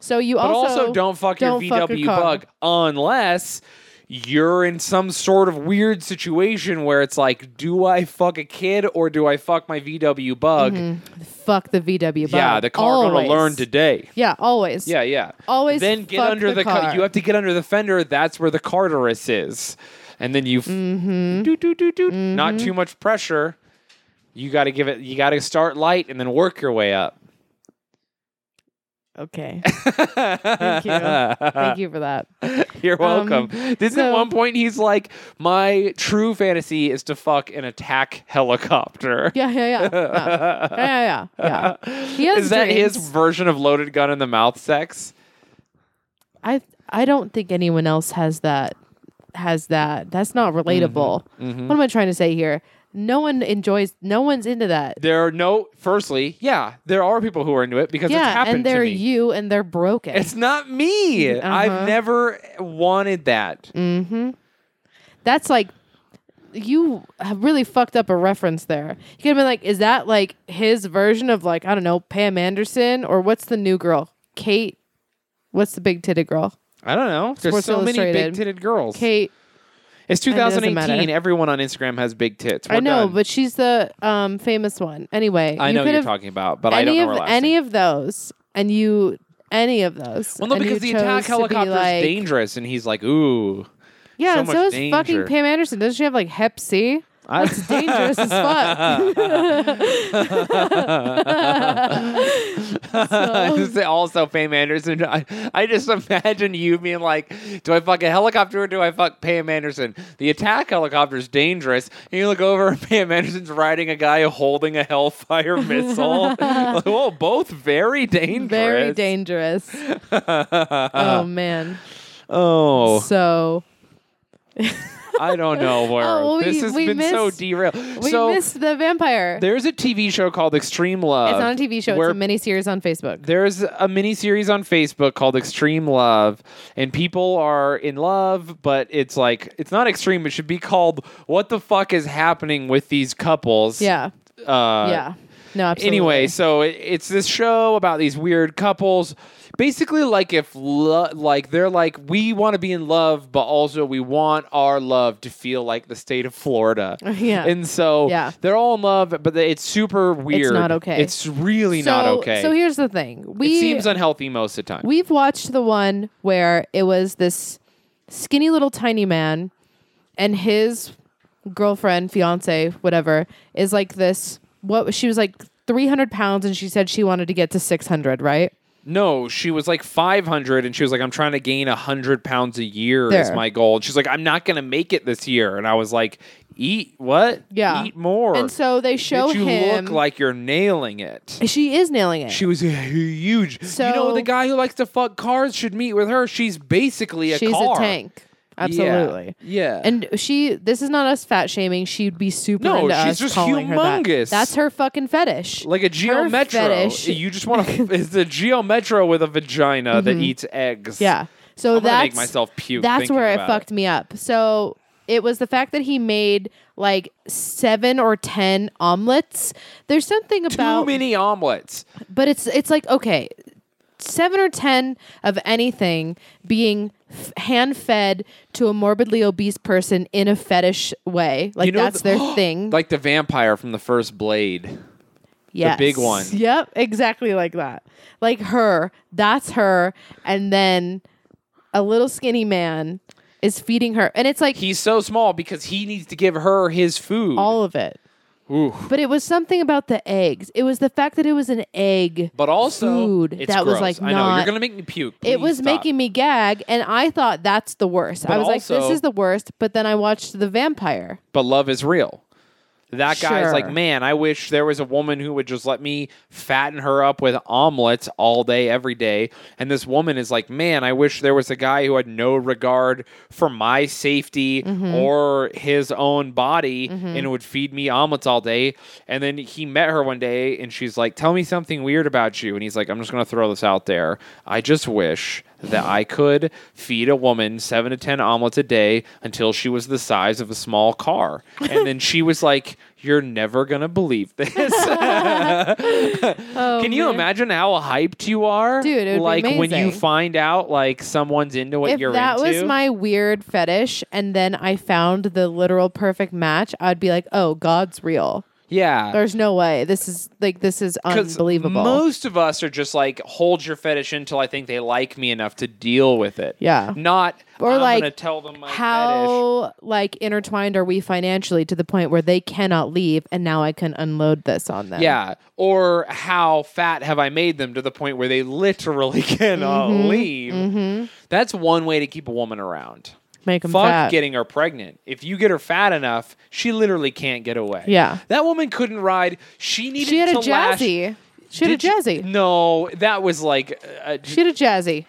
S3: so you
S2: but also,
S3: also,
S2: don't fuck
S3: don't
S2: your
S3: fuck a
S2: VW
S3: car.
S2: bug unless you're in some sort of weird situation where it's like, do I fuck a kid or do I fuck my VW bug?
S3: Mm-hmm. fuck the vw
S2: Yeah,
S3: bug.
S2: the car gonna
S3: Always.
S2: learn today.
S3: yeah always
S2: Yeah, yeah.
S3: Always
S2: Then get
S3: fuck
S2: under
S3: the
S2: the, ca-
S3: car.
S2: you have to get under the fender. That's where the carteris is, and then you f-
S3: Mm-hmm.
S2: do do do do. Not too much pressure. You got to give it. You got to start light and then work your way up. [laughs]
S3: okay [laughs] thank you thank you for that
S2: You're
S3: Um,
S2: welcome. Didn't
S3: so-
S2: at one point he's like, my true fantasy is to fuck an attack helicopter.
S3: Yeah, yeah,
S2: [laughs]
S3: yeah. Yeah, yeah, yeah. yeah. He has
S2: Is that his
S3: dreams.
S2: version of loaded gun in the mouth sex?
S3: I I don't think anyone else has that has that. That's not relatable.
S2: Mm-hmm.
S3: What am I trying to say here? No one enjoys. No one's into that.
S2: There are no. Firstly, yeah, there are people who are into it because it's
S3: yeah,
S2: happened
S3: and they're
S2: to me.
S3: you, and they're broken.
S2: It's not me.
S3: uh-huh. Mm.
S2: I've never wanted that.
S3: [laughs] that's like you have really fucked up a reference there. You could have been like, is that like his version of like I don't know Pam Anderson or what's the new girl Kate? What's the big titted girl?
S2: I don't know. There's
S3: Sports
S2: so many big
S3: Illustrated.
S2: titted girls.
S3: Kate.
S2: it's
S3: doesn't
S2: 2018.
S3: matter.
S2: Everyone on Instagram has big tits. We're
S3: I know,
S2: done.
S3: but she's the um, famous one. Anyway,
S2: I
S3: you
S2: know
S3: could
S2: you're
S3: have
S2: talking about, but
S3: any
S2: I don't know
S3: of
S2: her last
S3: any
S2: name.
S3: of those, and you any of those.
S2: Well, no,
S3: and you
S2: because the
S3: chose
S2: attack
S3: to be
S2: helicopter
S3: like,
S2: is dangerous, and he's like, ooh.
S3: Yeah,
S2: so
S3: and
S2: much
S3: so is
S2: danger.
S3: fucking Pam Anderson. Doesn't she have like Hep C?
S2: I-
S3: That's dangerous
S2: [laughs]
S3: as fuck.
S2: [laughs] This is also Pam Anderson. I, I just imagine you being like, do I fuck a helicopter or do I fuck Pam Anderson? The attack helicopter is dangerous. And you look over and [laughs] Pam Anderson's riding a guy holding a
S3: [laughs]
S2: Hellfire missile. [laughs] like, whoa, both very dangerous.
S3: Very dangerous.
S2: [laughs]
S3: oh man.
S2: Oh,
S3: So Oh,
S2: I don't
S3: [laughs]
S2: know, Where
S3: well, we-
S2: this has
S3: we
S2: been so
S3: missed-
S2: derailed.
S3: we
S2: so
S3: missed the vampire.
S2: there's a TV show called Extreme Love.
S3: it's not a TV show.
S2: where
S3: It's a mini series on Facebook.
S2: There's a mini series on Facebook called Extreme Love, and people are in love, but it's like it's not extreme. It should be called "What the fuck is happening with these couples?"
S3: Yeah.
S2: Uh,
S3: yeah. No. Absolutely.
S2: Anyway, so it, it's this show about these weird couples. Basically, like if lo- like they're like we want to be in love, but also we want our love to feel like the state of Florida.
S3: [laughs] Yeah.
S2: and so
S3: Yeah.
S2: they're all in love, but they- it's super weird.
S3: not okay.
S2: It's really not
S3: So-
S2: okay.
S3: So here's the thing. We
S2: it seems unhealthy most of the time.
S3: We've watched the one where it was this skinny little tiny man and his girlfriend, fiance, whatever, is like this what she was like 300 pounds and she said she wanted to get to 600, right?
S2: no, she was like 500 and she was like, I'm trying to gain 100 pounds a year is
S3: There.
S2: my goal. And she's like, I'm not going to make it this year. And I was like, eat what?
S3: Yeah.
S2: Eat more.
S3: And so they show
S2: Bitch, you
S3: him
S2: look like you're nailing it.
S3: she is nailing it.
S2: She was huge. you know,
S3: So-
S2: the guy who likes to fuck cars should meet with her. She's basically a
S3: She's
S2: car.
S3: a tank. Absolutely.
S2: Yeah.
S3: And she this is not us fat shaming. She'd be super
S2: No,
S3: into
S2: she's
S3: us
S2: just
S3: calling her that.
S2: humongous.
S3: That's her fucking fetish.
S2: Like a Geo
S3: Her
S2: Metro.
S3: fetish-
S2: You just
S3: [laughs]
S2: want to. it's a Geo Metro with a vagina that eats eggs.
S3: Mm-hmm. Yeah. So
S2: I'm gonna
S3: that's
S2: make myself puke
S3: That's
S2: thinking
S3: where it
S2: about
S3: fucked me up. So it was the fact that he made like seven or ten omelets. There's something
S2: Too
S3: about,
S2: many omelets.
S3: but it's it's like okay, seven or ten of anything being f- hand fed to a morbidly obese person in a fetish way. Like
S2: You know
S3: that's
S2: the-
S3: their
S2: [gasps]
S3: thing.
S2: like the vampire from the first Blade.
S3: Yes.
S2: big one.
S3: Yep, exactly like that. Like her, that's her, and then a little skinny man is feeding her, and it's like
S2: He's so small because he needs to give her his food.
S3: all of it.
S2: Oof.
S3: But it was something about the eggs. It was the fact that it was an egg.
S2: but also,
S3: food
S2: it's
S3: that was
S2: gross.
S3: like
S2: I know
S3: not-
S2: you're gonna make me puke.
S3: it was
S2: Please stop.
S3: making me gag, and I thought that's the worst. I was like,
S2: also-
S3: this is the worst. But then I watched The Vampire.
S2: But love is real. That guy's like,
S3: Sure.
S2: man, I wish there was a woman who would just let me fatten her up with omelets all day, every day. And this woman is like, man, I wish there was a guy who had no regard for my safety or his own body and would feed me omelets all day. And then he met her one day and she's like, tell me something weird about you. And he's like, I'm just going to throw this out there. I just wish that I could feed a woman seven to 10 omelets a day until she was the size of a small car. And then she was like, You're never going to believe
S3: [laughs]
S2: this. [laughs]
S3: Oh,
S2: Can you
S3: man.
S2: imagine how hyped you are?
S3: Dude, it would
S2: like
S3: be
S2: when you
S3: amazing.
S2: find out like someone's into what
S3: If
S2: you're
S3: that
S2: into.
S3: was my weird fetish, and then I found the literal perfect match, I'd be like, "Oh, God's real.
S2: yeah.
S3: There's no way. This is like this is
S2: 'Cause
S3: unbelievable."
S2: Most of us are just like, hold your fetish until I think they like me enough to deal with it.
S3: Yeah.
S2: Not
S3: Or,
S2: I'm
S3: like,
S2: gonna tell them my fetish.
S3: how like intertwined are we financially to the point where they cannot leave and now i can unload this on them
S2: Yeah. Or how fat have I made them to the point where they literally [laughs] cannot
S3: Mm-hmm.
S2: leave? That's one way to keep a woman around.
S3: make them
S2: Fuck
S3: fat
S2: getting her pregnant. If you get her fat enough, she literally can't get away.
S3: Yeah.
S2: That woman couldn't ride. She needed
S3: she had a
S2: to lash-
S3: jazzy she had a
S2: Did you-
S3: jazzy
S2: No, that was like. Uh,
S3: she had a jazzy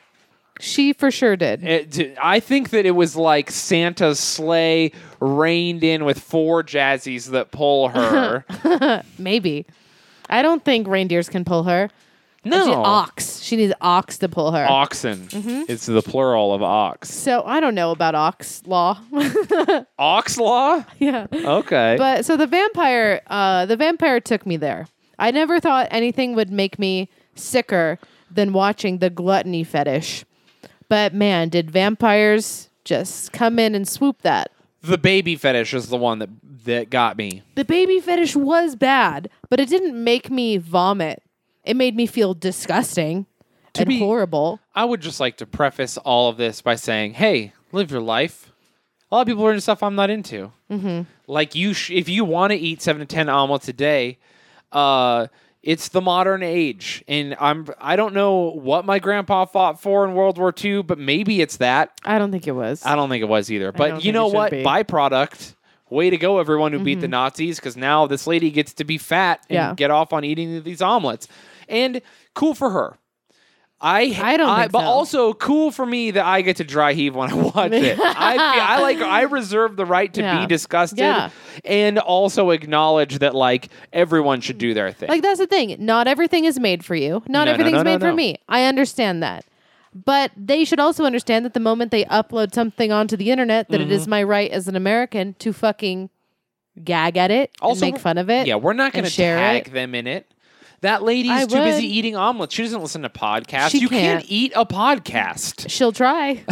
S3: She for sure did.
S2: It, d- I think that it was like Santa's sleigh reined in with four jazzies that
S3: [laughs]
S2: pull her.
S3: Maybe. I don't think reindeers can pull her. She,
S2: no,
S3: ox. She needs ox to pull her.
S2: oxen.
S3: Mm-hmm.
S2: It's the plural of ox.
S3: So I don't know about ox law. [laughs]
S2: Ox law.
S3: yeah.
S2: Okay.
S3: [laughs] But so the vampire, uh, the vampire took me there. I never thought anything would make me sicker than watching the gluttony fetish. But man, did vampires just come in and swoop that.
S2: the baby fetish is the one that that got me.
S3: The baby fetish was bad, but it didn't make me vomit. It made me feel disgusting and
S2: be-
S3: horrible.
S2: I would just like to preface all of this by saying, hey, live your life. A lot of people are into stuff I'm not into. Mm-hmm. Like you, sh- if you want to eat seven to ten omelets a day, uh, it's the modern age, and I'm I don't know what my grandpa fought for in World War II, but maybe it's that.
S3: I don't think it was.
S2: I don't think it was either. But
S3: don't
S2: you
S3: think it
S2: know
S3: should
S2: what?
S3: be. Mm-hmm.
S2: Byproduct. Way to go, everyone who beat the Nazis, because now this lady gets to be fat and
S3: Yeah.
S2: get off on eating these omelets. And cool for her. I
S3: I don't think
S2: but
S3: so.
S2: also cool for me that I get to dry heave when I watch
S3: [laughs]
S2: it. I, I like I reserve the right to
S3: Yeah.
S2: be disgusted
S3: Yeah.
S2: and also acknowledge that like everyone should do their thing.
S3: Like that's the thing. Not everything is made for you.
S2: No,
S3: Not
S2: no,
S3: everything's
S2: no, no,
S3: made for
S2: no.
S3: me. I understand that. But they should also understand that the moment they upload something onto the internet, that it
S2: Mm-hmm.
S3: is my right as an American to fucking gag at it
S2: also
S3: and make fun of it.
S2: Yeah, we're not
S3: and
S2: going to
S3: share
S2: tag
S3: it.
S2: them in it. That lady's
S3: I
S2: too busy
S3: would.
S2: eating omelets. She doesn't listen to podcasts.
S3: She
S2: you can't.
S3: can't.
S2: eat a podcast. [laughs]
S3: She'll try.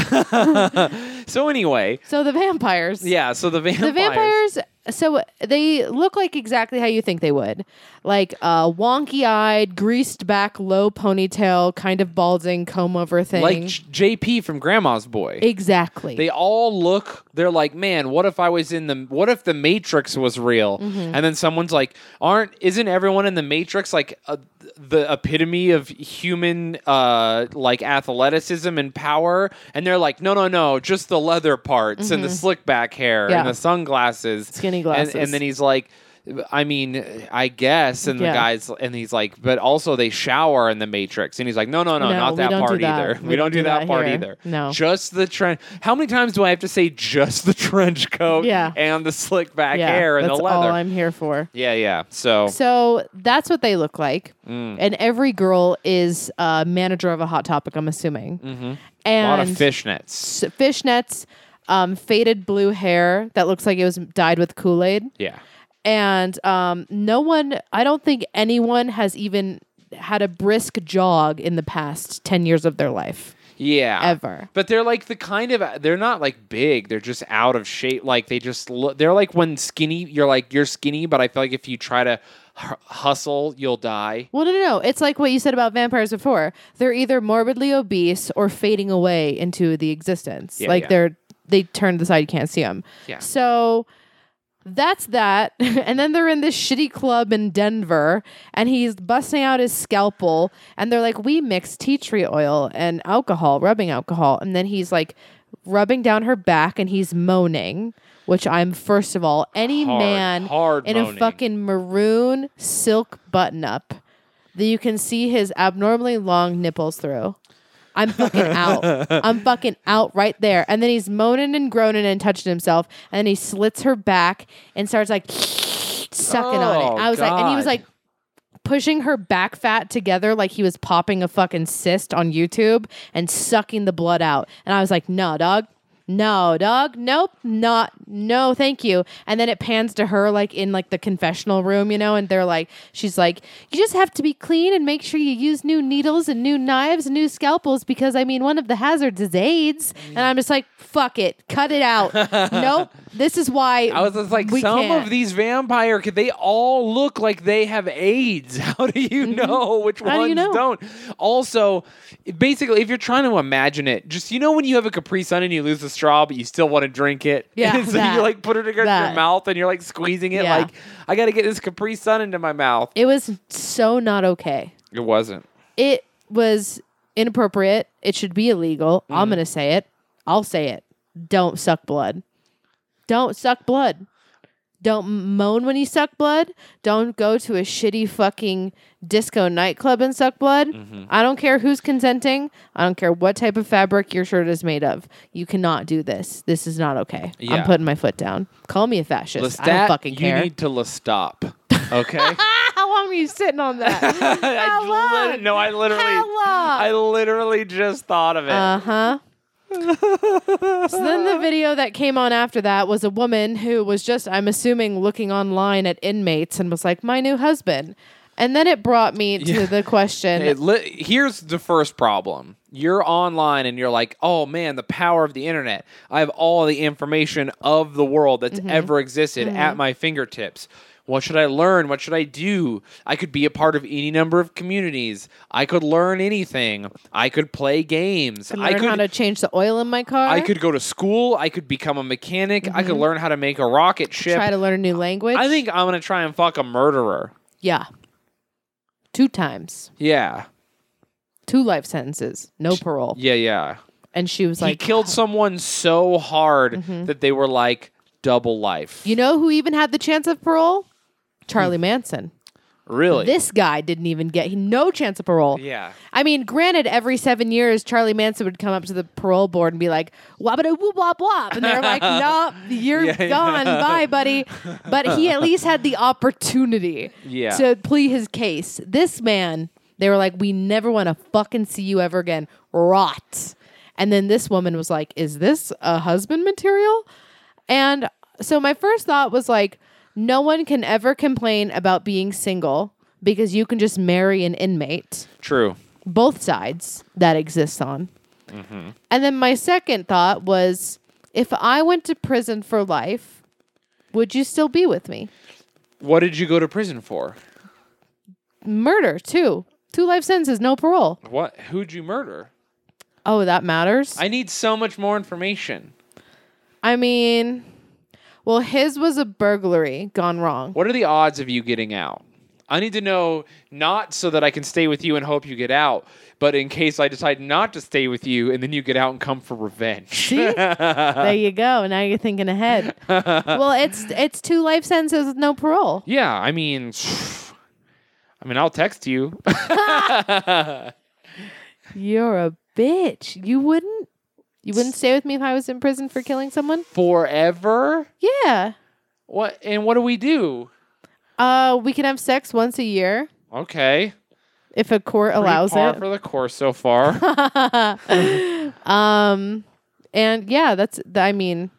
S2: So anyway,
S3: so the vampires.
S2: yeah. So the vampires.
S3: The vampires, so they look like exactly how you think they would. Like a wonky eyed, greased back, low ponytail, kind of balding, comb over thing.
S2: like J- JP from Grandma's Boy.
S3: exactly.
S2: they all look. They're like, man, what if I was in the? What if the Matrix was real?
S3: Mm-hmm.
S2: And then someone's like, aren't? Isn't everyone in the Matrix like uh, the epitome of human uh, like athleticism and power? And they're like, no, no, no, just the leather parts and the slick back hair
S3: Mm-hmm. Yeah.
S2: and the sunglasses,
S3: Skinny
S2: And-
S3: glasses.
S2: And, then he's like. I mean, I guess, and
S3: Yeah.
S2: the guys, and he's like, but also they shower in the Matrix, and he's like, no, no, no,
S3: No,
S2: not
S3: we
S2: that
S3: don't do
S2: part
S3: that.
S2: either. We, don't do that, part
S3: here.
S2: either.
S3: No.
S2: just the trench. How many times do I have to say just the trench coat?
S3: Yeah.
S2: and the slick back hair and
S3: that's
S2: the leather.
S3: all I'm here for.
S2: yeah, yeah. So,
S3: So that's what they look like,
S2: Mm.
S3: and every girl is a manager of a hot topic. I'm assuming, mm-hmm.
S2: a
S3: and
S2: lot of fishnets.
S3: s- fishnets, um, faded blue hair that looks like it was dyed with Kool Aid,
S2: Yeah,
S3: and um, no one. I don't think anyone has even had a brisk jog in the past ten years of their life
S2: yeah.
S3: ever.
S2: But they're like the kind of they're not like big. They're just out of shape. Like they just look. They're like when skinny. You're like you're skinny, but I feel like if you try to hu- hustle, you'll die.
S3: Well, no, no, no. It's like what you said about vampires before. They're either morbidly obese or fading away into the existence.
S2: Yeah,
S3: like
S2: yeah.
S3: they're they turn to the side you can't see them.
S2: Yeah.
S3: So that's that. [laughs] and then they're in this shitty club in Denver, and he's busting out his scalpel, and they're like, "We mix tea tree oil and alcohol, rubbing alcohol," and then he's like rubbing down her back, and he's moaning. Which I'm first of all, any
S2: Hard,
S3: man
S2: hard
S3: in
S2: moaning.
S3: a fucking maroon silk button up that you can see his abnormally long nipples through. I'm
S2: [laughs]
S3: fucking out. I'm fucking out right there. And then he's moaning and groaning and touching himself. And then he slits her back and starts like [sniffs] sucking on
S2: Oh,
S3: it. I was like, and he was
S2: God.
S3: like pushing her back fat together like he was popping a fucking cyst on YouTube and sucking the blood out. And I was like, no, dog. No, dog. Nope. Not. No, thank you. And then it pans to her like in like the confessional room, you know, and they're like, she's like, you just have to be clean and make sure you use new needles and new knives and new scalpels because I mean, one of the hazards is AIDS. And I'm just like, fuck it. Cut it out.
S2: [laughs]
S3: nope. This is why
S2: I was just like,
S3: we
S2: some
S3: can't.
S2: of these vampire, kid- they all look like they have AIDS. [laughs] How do you know which
S3: Mm-hmm. How do
S2: ones
S3: you know?
S2: not Also, it- basically, if you're trying to imagine it, just you know when you have a Capri Sun and you lose the straw, but you still want to drink it. [laughs]
S3: Yeah,
S2: so
S3: that.
S2: you like put it against your
S3: That.
S2: mouth and you're like squeezing it.
S3: Yeah.
S2: Like I got to get this Capri Sun into my mouth.
S3: It was so not okay.
S2: It wasn't.
S3: it was inappropriate. It should be illegal.
S2: Mm-hmm.
S3: I'm going to say it. I'll say it. Don't suck blood. Don't suck blood. Don't moan when you suck blood. Don't go to a shitty fucking disco nightclub and suck blood.
S2: Mm-hmm.
S3: I don't care who's consenting. I don't care what type of fabric your shirt is made of. You cannot do this. This is not okay.
S2: Yeah.
S3: I'm putting my foot down. Call me a fascist. I don't
S2: Lestat,
S3: fucking care.
S2: You need to stop. Okay.
S3: [laughs]
S2: [laughs]
S3: How long are you sitting on that? How
S2: I
S3: long?
S2: lit- no, I literally,
S3: How
S2: I literally just thought of it.
S3: Uh huh. so then the video that came on after that was a woman who was just, I'm assuming, looking online at inmates and was like, my new husband. And then it brought me to the question.
S2: It li- here's the first problem. You're online and you're like, oh man, the power of the internet. I have all the information of the world that's
S3: Mm-hmm.
S2: ever existed at my fingertips. What should I learn? What should I do? I could be a part of any number of communities. I could learn anything. I could play games.
S3: to
S2: I
S3: learn
S2: could
S3: how to change the oil in my car.
S2: I could go to school. I could become a mechanic. I could learn how to make a rocket ship.
S3: Mm-hmm. try to learn a new language.
S2: I think I'm gonna try and fuck a murderer.
S3: Yeah. Two times.
S2: Yeah,
S3: Two life sentences. No parole.
S2: yeah, yeah.
S3: And she was like, Mm-hmm.
S2: he killed someone so hard that they were like double life.
S3: You know who even had the chance of parole?
S2: Hmm.
S3: Charlie Manson.
S2: really?
S3: This guy didn't even get he- no chance of parole.
S2: yeah.
S3: I mean, granted, every seven years, Charlie Manson would come up to the parole board and be like, "Wabada woo wop wop," and
S2: [laughs]
S3: they're like, "Nope, you're
S2: Yeah,
S3: gone, bye, buddy." But he at least had the opportunity
S2: Yeah.
S3: to plead his case. This man, they were like, "We never want to fucking see you ever again. Rot." And then this woman was like, "Is this a husband material?" And so my first thought was like, no one can ever complain about being single because you can just marry an inmate
S2: True.
S3: both sides that exists on. And then my second thought was if I went to prison for life, would you still be with me?
S2: What did you go to prison for?
S3: Murder, too. Two life sentences, no parole.
S2: What? Who'd you murder?
S3: Oh, that matters. I,
S2: I need so much more information.
S3: mean, well, his was a burglary gone wrong.
S2: What are the odds of you getting out? I need to know not so that I can stay with you and hope you get out, but in case I decide not to stay with you and then you get out and come for revenge. [laughs]
S3: See? there you go. Now you're thinking ahead. well, it's it's two life sentences with no parole.
S2: yeah, I mean, [sighs] I mean, I'll text
S3: [laughs]
S2: you. [laughs]
S3: You're a bitch. You wouldn't you wouldn't stay with me if I was in prison for killing someone?
S2: Forever?
S3: Yeah.
S2: What? And what do we do?
S3: Uh, we can have sex once a year
S2: Okay.
S3: if a court
S2: Pretty
S3: allows
S2: par
S3: it.
S2: for the course so far.
S3: [laughs] um, and yeah, that's. th- I mean,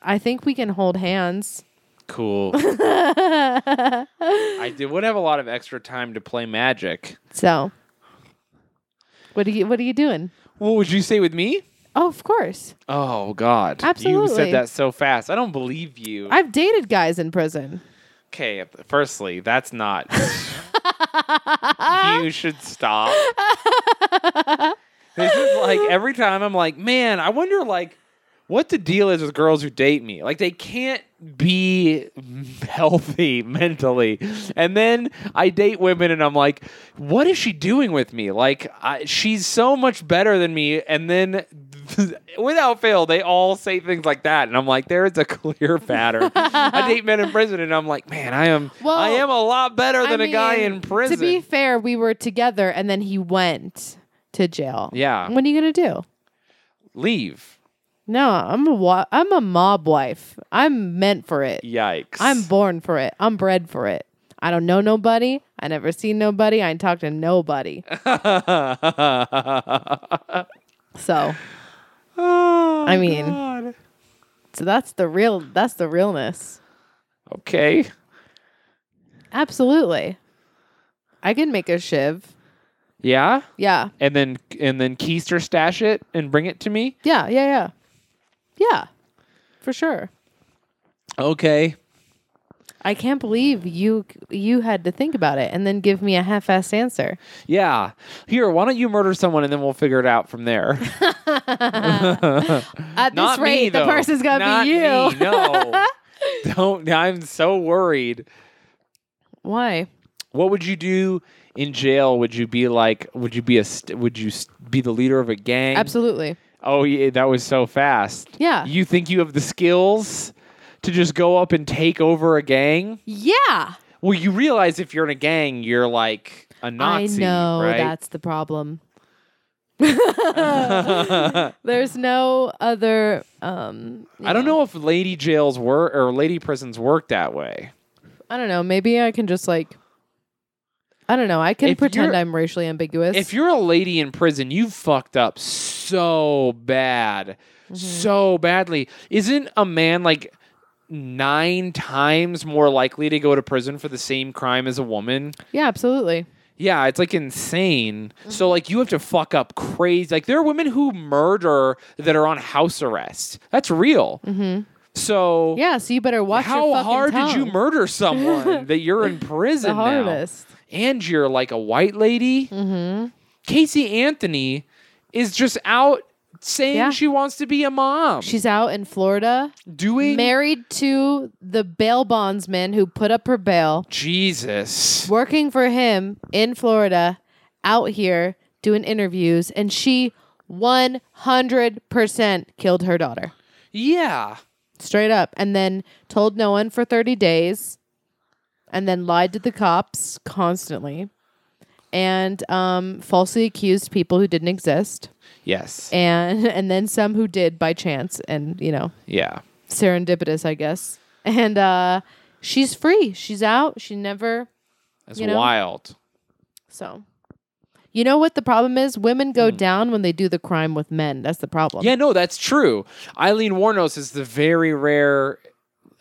S3: I think we can hold hands. [laughs]
S2: cool. I did, would have a lot of extra time to play magic.
S3: so, what are you? What are you doing?
S2: What would you say with me?
S3: Oh, of course.
S2: Oh God! You
S3: Absolutely.
S2: said that so fast. I don't believe you.
S3: I've dated guys in prison.
S2: okay. Firstly, that's not. you should stop. this is like every time I'm like, man, I wonder like what the deal is with girls who date me. Like they can't be healthy [laughs] mentally. And then I date women and I'm like, what is she doing with me? Like I, she's so much better than me and then [laughs] without fail they all say things like that and I'm like there is a
S3: [laughs]
S2: clear pattern. I date men in prison and I'm like, man, I am
S3: Well,
S2: I am a lot better than
S3: I
S2: a guy
S3: mean,
S2: in prison.
S3: To be fair, we were together, and then he went to jail.
S2: Yeah.
S3: What are you gonna do?
S2: Leave.
S3: No, I'm a wa- I'm a mob wife. I'm meant for it.
S2: Yikes.
S3: I'm born for it. I'm bred for it. I don't know nobody. I never seen nobody. I ain't talked
S2: [laughs]
S3: to nobody. So,
S2: I
S3: mean- so that's the real. That's the realness.
S2: okay.
S3: Absolutely. I can make a shiv.
S2: Yeah.
S3: Yeah.
S2: And then and then keister stash it and bring it to me.
S3: Yeah. Yeah. Yeah. Yeah. For sure.
S2: Okay.
S3: I can't believe you you had to think about it and then give me a half-assed answer.
S2: Yeah. Here, why don't you murder someone and then we'll figure it out from [laughs] there.
S3: At
S2: Not
S3: this rate,
S2: me,
S3: the
S2: though.
S3: person's gonna
S2: Not
S3: be you.
S2: me,
S3: [laughs]
S2: no. Don't I'm so worried.
S3: Why?
S2: What would you do in jail? Would you be like would you be a st- would you st- be the leader of a gang?
S3: Absolutely.
S2: Oh, yeah, that was so fast.
S3: Yeah.
S2: You think you have the skills to just go up and take over a gang?
S3: Yeah.
S2: Well, you realize if you're in a gang, you're like a Nazi,
S3: I know
S2: right?
S3: that's
S2: [laughs]
S3: the problem. There's no other. Um, you
S2: I don't know if lady jails were or lady prisons work that way.
S3: I don't know. Maybe I can just like. I don't know. I can
S2: If
S3: pretend
S2: you're-
S3: I'm racially ambiguous.
S2: If you're a lady in prison, you've fucked up so bad,
S3: Mm-hmm.
S2: so badly. Isn't a man like nine times more likely to go to prison for the same crime as a woman?
S3: yeah, absolutely.
S2: Yeah, it's like insane.
S3: Mm-hmm.
S2: So like you have to fuck up crazy. Like there are women who murder that are on house arrest. That's real. Mm-hmm. So
S3: Yeah, so you better watch
S2: how
S3: your fucking
S2: hard did you
S3: tongue. [laughs]
S2: murder someone that you're in prison
S3: The
S2: now?
S3: hardest.
S2: and you're like a white lady. Mm-hmm. Casey Anthony is just out saying
S3: Yeah.
S2: she wants to be a mom. She's
S3: She's out in Florida,
S2: doing
S3: married to the bail bondsman who put up her bail,
S2: Jesus.
S3: working for him in Florida, out here doing interviews, and she 100% killed her daughter.
S2: Yeah.
S3: straight up and then told no one for 30 days and then lied to the cops constantly and um, falsely accused people who didn't exist
S2: Yes.
S3: and [laughs] and then some who did by chance and you know
S2: yeah.
S3: serendipitous i guess and uh she's free she's out she never
S2: That's
S3: you know?
S2: wild.
S3: so you know what the problem is women go down when they do the crime with men that's the problem
S2: Hmm. Yeah, no, that's true. Eileen Warnos is the very rare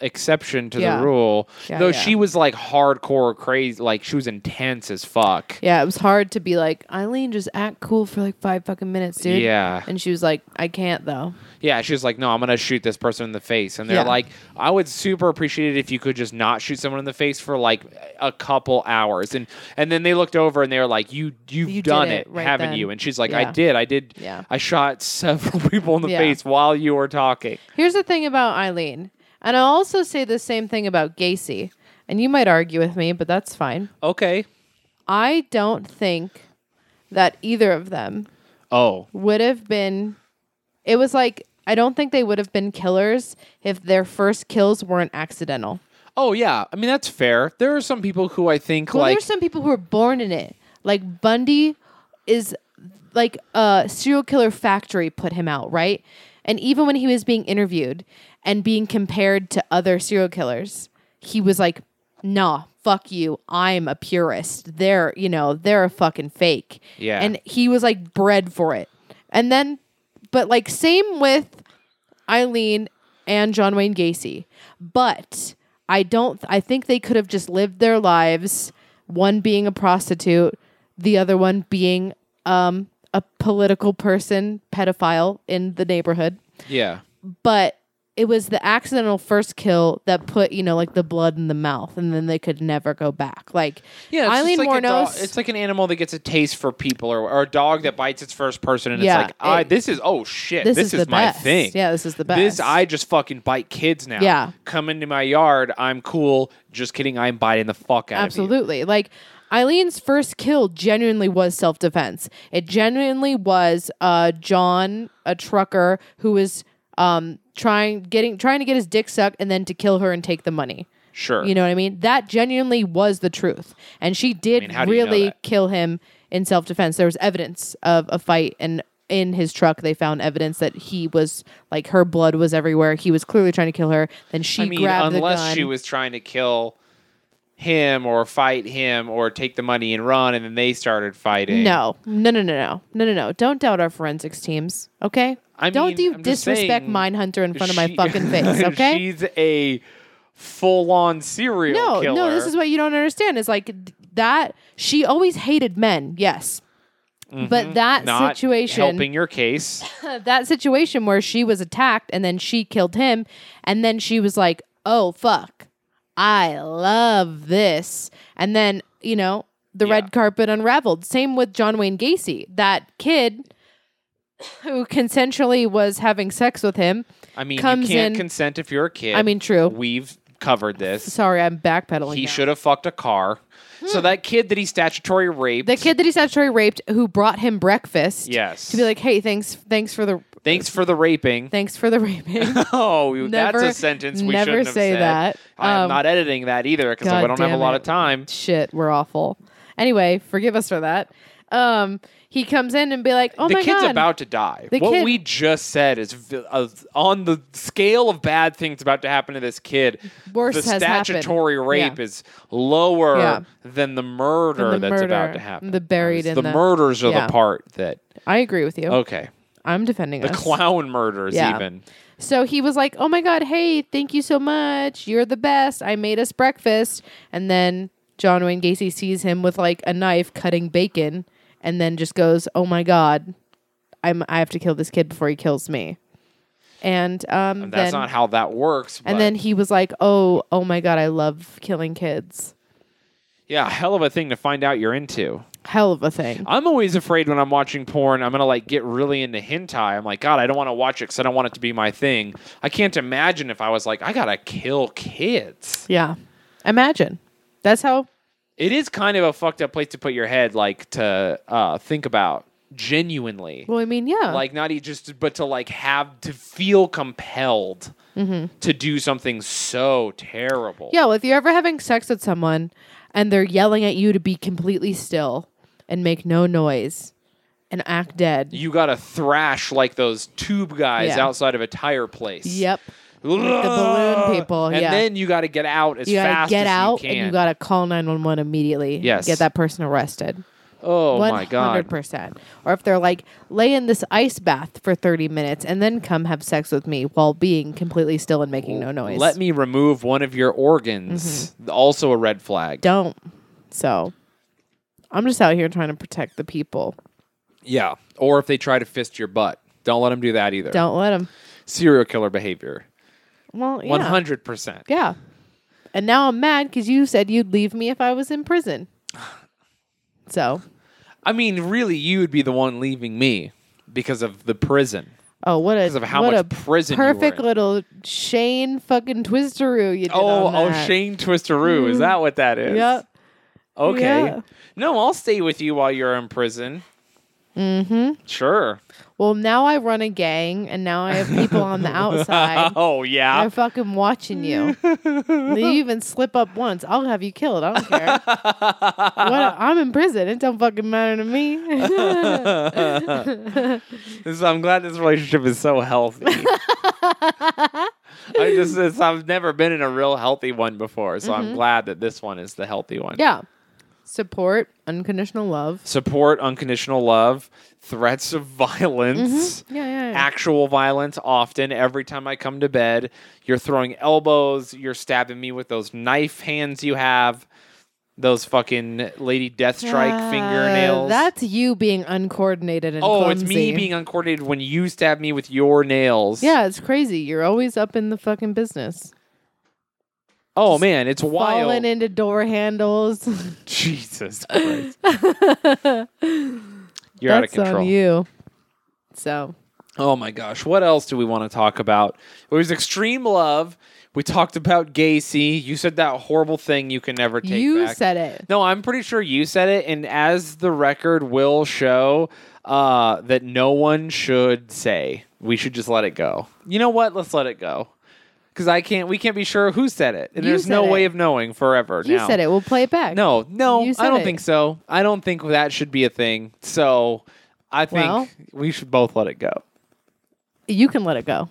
S2: exception to
S3: Yeah.
S2: the rule.
S3: Yeah,
S2: though
S3: yeah.
S2: she was like hardcore crazy, like she was intense as fuck.
S3: yeah it was hard to be like eileen just act cool for like five fucking minutes dude
S2: Yeah.
S3: and she was like i can't though
S2: Yeah, she was like, "No, I'm gonna shoot this person in the face," and they're
S3: Yeah.
S2: like, "I would super appreciate it if you could just not shoot someone in the face for like a couple hours." And and then they looked over and they were like, "You you've
S3: You did
S2: done
S3: it
S2: it,
S3: right
S2: haven't
S3: then.
S2: you?" And she's like, "I
S3: Yeah.
S2: did, I did.
S3: Yeah.
S2: I shot [laughs] several people in the
S3: Yeah.
S2: face while you were talking."
S3: Here's the thing about Eileen, and I'll also say the same thing about Gacy. And you might argue with me, but that's fine.
S2: Okay.
S3: I don't think that either of them
S2: Oh,
S3: would have been. It was like, I don't think they would have been killers if their first kills weren't accidental.
S2: oh yeah. I mean, that's fair. There are some people who I think
S3: Well,
S2: like
S3: there's some people who are born in it. Like Bundy is like a serial killer factory put him out, right? And even when he was being interviewed and being compared to other serial killers, he was like, "Nah, fuck you. I'm a purist. They're, you know, they're a fucking fake."
S2: Yeah.
S3: And he was like bred for it. And then but like same with Eileen and John Wayne Gacy. But I don't I think they could have just lived their lives one being a prostitute, the other one being um a political person, pedophile in the neighborhood.
S2: yeah.
S3: But it was the accidental first kill that put, you know, like the blood in the mouth and then they could never go back. Like
S2: Yeah, it's
S3: Eileen
S2: just like a dog-
S3: Warnos
S2: it's like an animal that gets a taste for people, or, or a dog that bites its first person, and
S3: Yeah,
S2: it's like, I,
S3: it-
S2: this is oh shit,
S3: this
S2: this,
S3: is
S2: is,
S3: the
S2: my
S3: best.
S2: thing.
S3: Yeah, this is the best.
S2: This I just fucking bite kids now.
S3: Yeah.
S2: come into my yard, I'm cool. Just kidding, I'm biting the fuck out of
S3: Absolutely. Like Eileen's first kill genuinely was self defense. It genuinely was uh, John, a trucker who was um, trying getting trying to get his dick sucked and then to kill her and take the money.
S2: you. Sure,
S3: You know what I mean? That genuinely was the truth, and she did
S2: mean, how do you know
S3: really
S2: that?
S3: kill him in self defense. There was evidence of a fight and. In his truck, they found evidence that he was like her blood was everywhere. He was clearly trying to kill her. Then she
S2: I mean,
S3: grabbed
S2: unless
S3: the gun.
S2: she was trying to kill him or fight him or take the money and run, and then they started fighting.
S3: No, no, no, no, no, no, no, no. Don't doubt our forensics teams, okay?
S2: I
S3: Don't
S2: mean,
S3: you
S2: I'm just
S3: disrespect
S2: saying,
S3: Mindhunter in front of my
S2: She- [laughs]
S3: fucking face, okay?
S2: she's a full-on serial
S3: No,
S2: killer.
S3: no, this is what you don't understand. Is like d- that she always hated men, yes. But that
S2: Mm-hmm. not
S3: situation
S2: helping your case.
S3: that situation where she was attacked and then she killed him and then she was like, "Oh fuck. I love this." And then, you know, the
S2: Yeah.
S3: red carpet unraveled. Same with John Wayne Gacy. That kid who consensually was having sex with him.
S2: I mean, you
S3: comes
S2: can't
S3: in-
S2: consent if you're a kid.
S3: I mean, true.
S2: We've covered this.
S3: Sorry, I'm backpedaling.
S2: He
S3: now.
S2: should have fucked a car. So that kid that he statutory raped.
S3: The kid that he statutory raped who brought him breakfast.
S2: Yes.
S3: To be like, "Hey, thanks thanks for the
S2: Thanks for the raping.
S3: Thanks for the [laughs] raping.
S2: [laughs] Oh, you-
S3: Never-
S2: that's a sentence we
S3: never
S2: shouldn't have
S3: say
S2: said.
S3: that.
S2: I am
S3: Um,
S2: not editing that either because
S3: God
S2: I don't have a
S3: damn
S2: lot
S3: it.
S2: of time.
S3: Shit, we're awful. Anyway, forgive us for that. Um, he comes in and be like, "Oh
S2: the
S3: my
S2: kid's
S3: god,
S2: about to die.
S3: The
S2: what
S3: kid-
S2: we just said is v- uh, on the scale of bad things about to happen to this kid.
S3: Worse
S2: the
S3: has happened.
S2: statutory rape
S3: Yeah.
S2: is lower
S3: Yeah.
S2: than the murder
S3: Than the
S2: that's about
S3: murder.
S2: to happen.
S3: The buried
S2: It's
S3: in
S2: the
S3: the-
S2: murders are
S3: yeah.
S2: the part that
S3: I agree with you.
S2: okay.
S3: I'm defending
S2: Oh, The
S3: us.
S2: clown murders
S3: Yeah.
S2: even.
S3: So he was like, "Oh my god, hey, thank you so much. You're the best. I made us breakfast." And then John Wayne Gacy sees him with like a knife cutting bacon, and then just goes, "Oh my god, I'm I have to kill this kid before he kills me." And um,
S2: And that's
S3: then,
S2: not how that works.
S3: and
S2: but-
S3: then he was like, "Oh, oh my god, I love killing kids.
S2: yeah, hell of a thing to find out you're into.
S3: Hell of a thing."
S2: I'm always afraid when I'm watching porn, I'm gonna like get really into hentai. I'm like, God, I don't want to watch it because I don't want it to be my thing. I can't imagine if I was like, I gotta kill kids.
S3: Yeah, imagine. That's how.
S2: It is kind of a fucked up place to put your head, like to uh, think about genuinely,
S3: Well, I mean, yeah,
S2: like not e- just, but to like have to feel compelled to do something so terrible.
S3: Mm-hmm. Yeah, well, if you're ever having sex with someone and they're yelling at you to be completely still and make no noise and act dead.
S2: You gotta thrash like those tube guys
S3: Yeah.
S2: outside of a tire place.
S3: yep.
S2: Ugh.
S3: balloon people,
S2: And
S3: yeah.
S2: then you got to get out as
S3: You gotta
S2: fast
S3: get
S2: as
S3: out
S2: you can.
S3: and you gotta call 911 immediately.
S2: Yes.
S3: Get that person arrested.
S2: oh my god.
S3: 100%. Or if they're like, lay in this ice bath for 30 minutes and then come have sex with me while being completely still and making no noise. Mm-hmm.
S2: Let me remove one of your organs. Also a red flag.
S3: Don't. So I'm just out here trying to protect the people.
S2: yeah. Or if they try to fist your butt. Don't let them do that either.
S3: Don't let them.
S2: Serial killer behavior.
S3: Well, yeah.
S2: 100%.
S3: Yeah. And now I'm mad because you said you'd leave me if I was in prison. So,
S2: I mean, really you would be the one leaving me because of the prison.
S3: oh, what a
S2: Because of how
S3: what
S2: much
S3: a
S2: prison you were
S3: perfect
S2: in.
S3: little Shane fucking twisteroo you did.
S2: Oh,
S3: on
S2: oh
S3: that.
S2: Shane Twisteroo, is that what that is?
S3: Yep.
S2: Okay.
S3: Yeah.
S2: No, I'll stay with you while you're in prison. Mm-hmm. Sure.
S3: Well, now I run a gang, and now I have people on the
S2: [laughs]
S3: outside.
S2: Oh yeah.
S3: They're fucking watching you. you even slip up once, I'll have you killed. I don't care. what,
S2: [laughs]
S3: I'm in prison. It don't fucking matter to me. [laughs]
S2: This, I'm glad this relationship is so healthy. I
S3: [laughs]
S2: just it's, I've never been in a real healthy one before, so I'm glad that this one is the healthy one.
S3: Mm-hmm. yeah. Support, unconditional love.
S2: Support, unconditional love, threats of violence.
S3: Yeah, Mm-hmm. yeah, yeah.
S2: Actual violence often. Every time I come to bed, you're throwing elbows, you're stabbing me with those knife hands you have, those fucking Lady Death Strike
S3: Uh,
S2: fingernails.
S3: That's you being uncoordinated and
S2: oh,
S3: clumsy.
S2: it's me being uncoordinated when you stab me with your nails.
S3: Yeah, it's crazy. You're always up in the fucking business,
S2: Oh man, it's wild.
S3: falling into door handles.
S2: [laughs] Jesus Christ.
S3: [laughs]
S2: You're out of
S3: That's
S2: control.
S3: on you. So
S2: Oh my gosh. What else do we want to talk about? It was extreme love. We talked about Gacy. You said that horrible thing you can never take
S3: you
S2: back.
S3: said it.
S2: No, I'm pretty sure you said it. And as the record will show, uh, that no one should say. We should just let it go. You know what? Let's let it go. Because I can't. We can't be sure who said it, and
S3: You
S2: there's no
S3: said it.
S2: way of knowing forever.
S3: You
S2: now.
S3: said it. We'll play it back.
S2: No, no,
S3: You
S2: I
S3: said
S2: don't
S3: it.
S2: think so. I don't think that should be a thing. So I think
S3: Well-
S2: we should both let it go.
S3: you can let it go.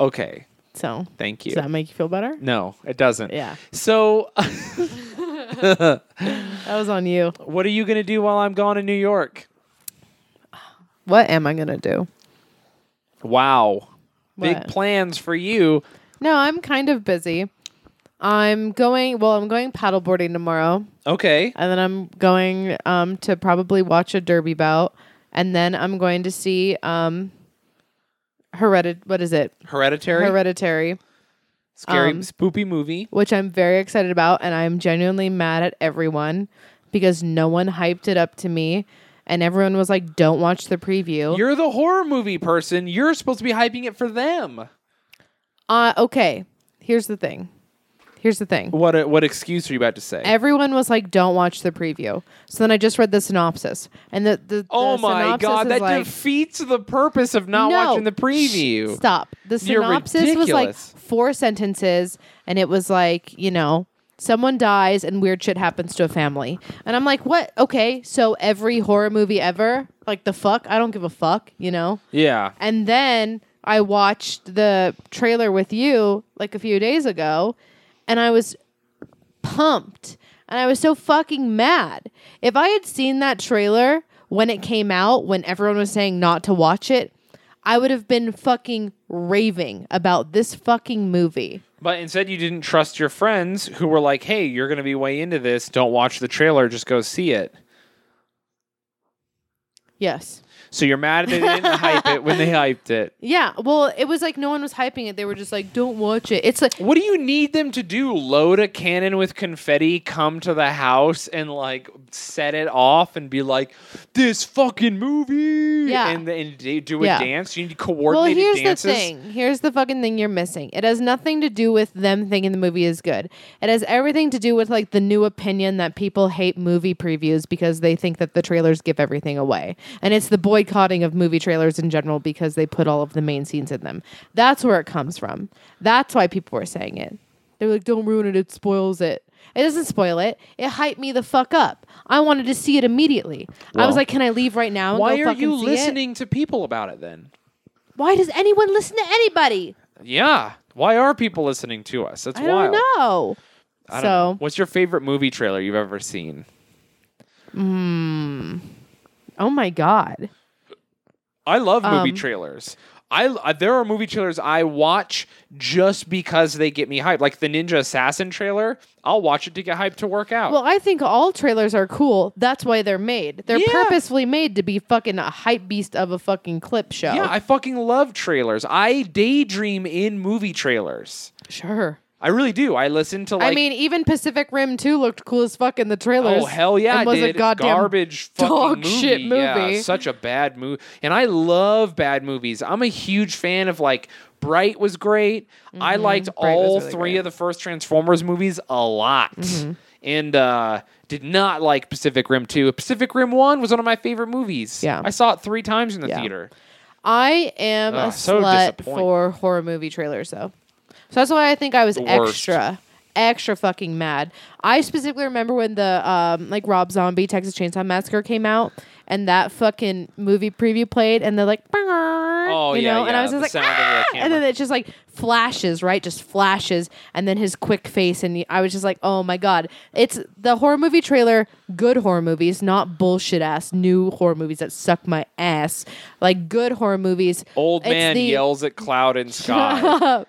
S2: Okay,
S3: So
S2: thank you.
S3: does that make you feel better?
S2: no, it doesn't.
S3: Yeah.
S2: So [laughs]
S3: That was on you.
S2: what are you gonna do while I'm gone in New York?
S3: What am I gonna do?
S2: Wow, big
S3: What?
S2: plans for you.
S3: No, I'm kind of busy. I'm going. Well, I'm going paddleboarding tomorrow.
S2: Okay,
S3: and then I'm going um, to probably watch a derby bout, and then I'm going to see um, heredit. What is it?
S2: Hereditary,
S3: Hereditary,
S2: scary,
S3: um,
S2: spoopy movie.
S3: which I'm very excited about, and I'm genuinely mad at everyone because no one hyped it up to me, and everyone was like, "Don't watch the preview."
S2: You're the horror movie person. You're supposed to be hyping it for them.
S3: Uh, okay, here's the thing. Here's the thing.
S2: What what excuse are you about to say?
S3: Everyone was like, "Don't watch the preview." So then I just read the synopsis, and the the, the
S2: oh my
S3: synopsis
S2: god,
S3: is
S2: that
S3: like,
S2: defeats the purpose of not
S3: No.
S2: watching the preview.
S3: Stop. The
S2: You're
S3: synopsis was like
S2: ridiculous.
S3: four sentences, and it was like, you know, someone dies and weird shit happens to a family. And I'm like, what? Okay, so every horror movie ever? Like, the fuck? I don't give a fuck, you know?
S2: Yeah.
S3: And then I watched the trailer with you like a few days ago, and I was pumped. And I was so fucking mad. If I had seen that trailer when it came out, when everyone was saying not to watch it, I would have been fucking raving about this fucking movie.
S2: But instead, you didn't trust your friends who were like, "Hey, you're going to be way into this. Don't watch the trailer. Just go see it."
S3: Yes.
S2: So you're mad that they
S3: [laughs]
S2: didn't hype it when they hyped it.
S3: Yeah. Well, it was like no one was hyping it. They were just like, don't watch it. It's like,
S2: What do you need them to do? Load a cannon with confetti, come to the house and like set it off and be like, "This fucking movie!"
S3: Yeah.
S2: and and d- do a
S3: Yeah.
S2: dance. You need
S3: Well,
S2: coordinated
S3: here's
S2: dances.
S3: the thing. Here's the fucking thing you're missing. It has nothing to do with them thinking the movie is good. It has everything to do with like the new opinion that people hate movie previews because they think that the trailers give everything away. And it's the boycotting of movie trailers in general because they put all of the main scenes in them. That's where it comes from. That's why people were saying it. They're like, don't ruin it, it spoils it. It doesn't spoil it. It hyped me the fuck up. I wanted to see it immediately. I was
S2: Well,
S3: like, can I leave right now and
S2: Why
S3: go
S2: are
S3: fucking
S2: you
S3: see it?
S2: listening to people about it then?
S3: Why does anyone listen to anybody?
S2: Yeah. Why are people listening to us? That's
S3: I
S2: wild.
S3: don't know.
S2: I don't know.
S3: so,
S2: What's your favorite movie trailer you've ever seen?
S3: oh my god.
S2: I love movie
S3: Um,
S2: trailers. I, I there are movie trailers I watch just because they get me hyped. Like the Ninja Assassin trailer, I'll watch it to get hyped to work out.
S3: Well, I think all trailers are cool. That's why they're made. They're
S2: Yeah.
S3: purposefully made to be fucking a hype beast of a fucking clip show.
S2: yeah, I fucking love trailers. I daydream in movie trailers.
S3: sure.
S2: I really do. I listen to like
S3: I mean, even Pacific Rim 2 looked cool as fuck in the trailers.
S2: Oh hell yeah!
S3: And
S2: I
S3: was
S2: did.
S3: a goddamn
S2: garbage fucking
S3: dog
S2: movie.
S3: shit
S2: Yeah,
S3: movie.
S2: such a bad movie. And I love bad movies. I'm a huge fan of like Bright was great. I liked
S3: Mm-hmm. Bright was
S2: all
S3: really Mm-hmm.
S2: three
S3: great.
S2: of the first Transformers movies a lot. And uh, did not like Pacific Rim 2. Pacific Rim 1 was one of my favorite movies.
S3: Yeah.
S2: I saw it three times in the
S3: Yeah.
S2: theater.
S3: I am a
S2: Ugh, Ah, so
S3: slut
S2: disappointing.
S3: for horror movie trailers, though. So that's why I think I was
S2: worst.
S3: extra, extra fucking mad. I specifically remember when the um, like Rob Zombie Texas Chainsaw Massacre came out, and that fucking movie preview played, and they're like, oh you
S2: yeah,
S3: know, and
S2: yeah,
S3: I was
S2: the
S3: just like,
S2: sound of the
S3: "Ah!" and then
S2: camera.
S3: it just like flashes, right? Just flashes, and then his quick face, and I was just like, oh my god, it's the horror movie trailer. Good horror movies, not bullshit ass new horror movies that suck my ass. Like good horror movies.
S2: Old
S3: It's
S2: man
S3: the-
S2: yells at cloud
S3: [laughs]
S2: and sky.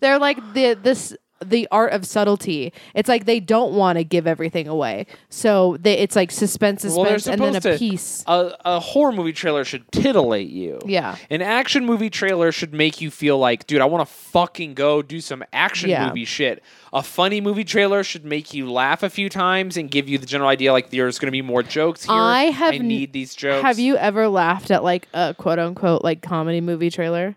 S3: They're like the this the art of subtlety. It's like they don't want to give everything away, so they, it's like suspense,
S2: Well, they're
S3: suspense, and
S2: supposed
S3: then a
S2: to.
S3: piece.
S2: A, a horror movie trailer should titillate you.
S3: Yeah.
S2: An action movie trailer should make you feel like, dude, I want to fucking go do some action
S3: Yeah.
S2: movie shit. A funny movie trailer should make you laugh a few times and give you the general idea like there's going to be more jokes here.
S3: I have
S2: I
S3: n-
S2: need these [laughs] jokes.
S3: Have you ever laughed at like a quote unquote like comedy movie trailer?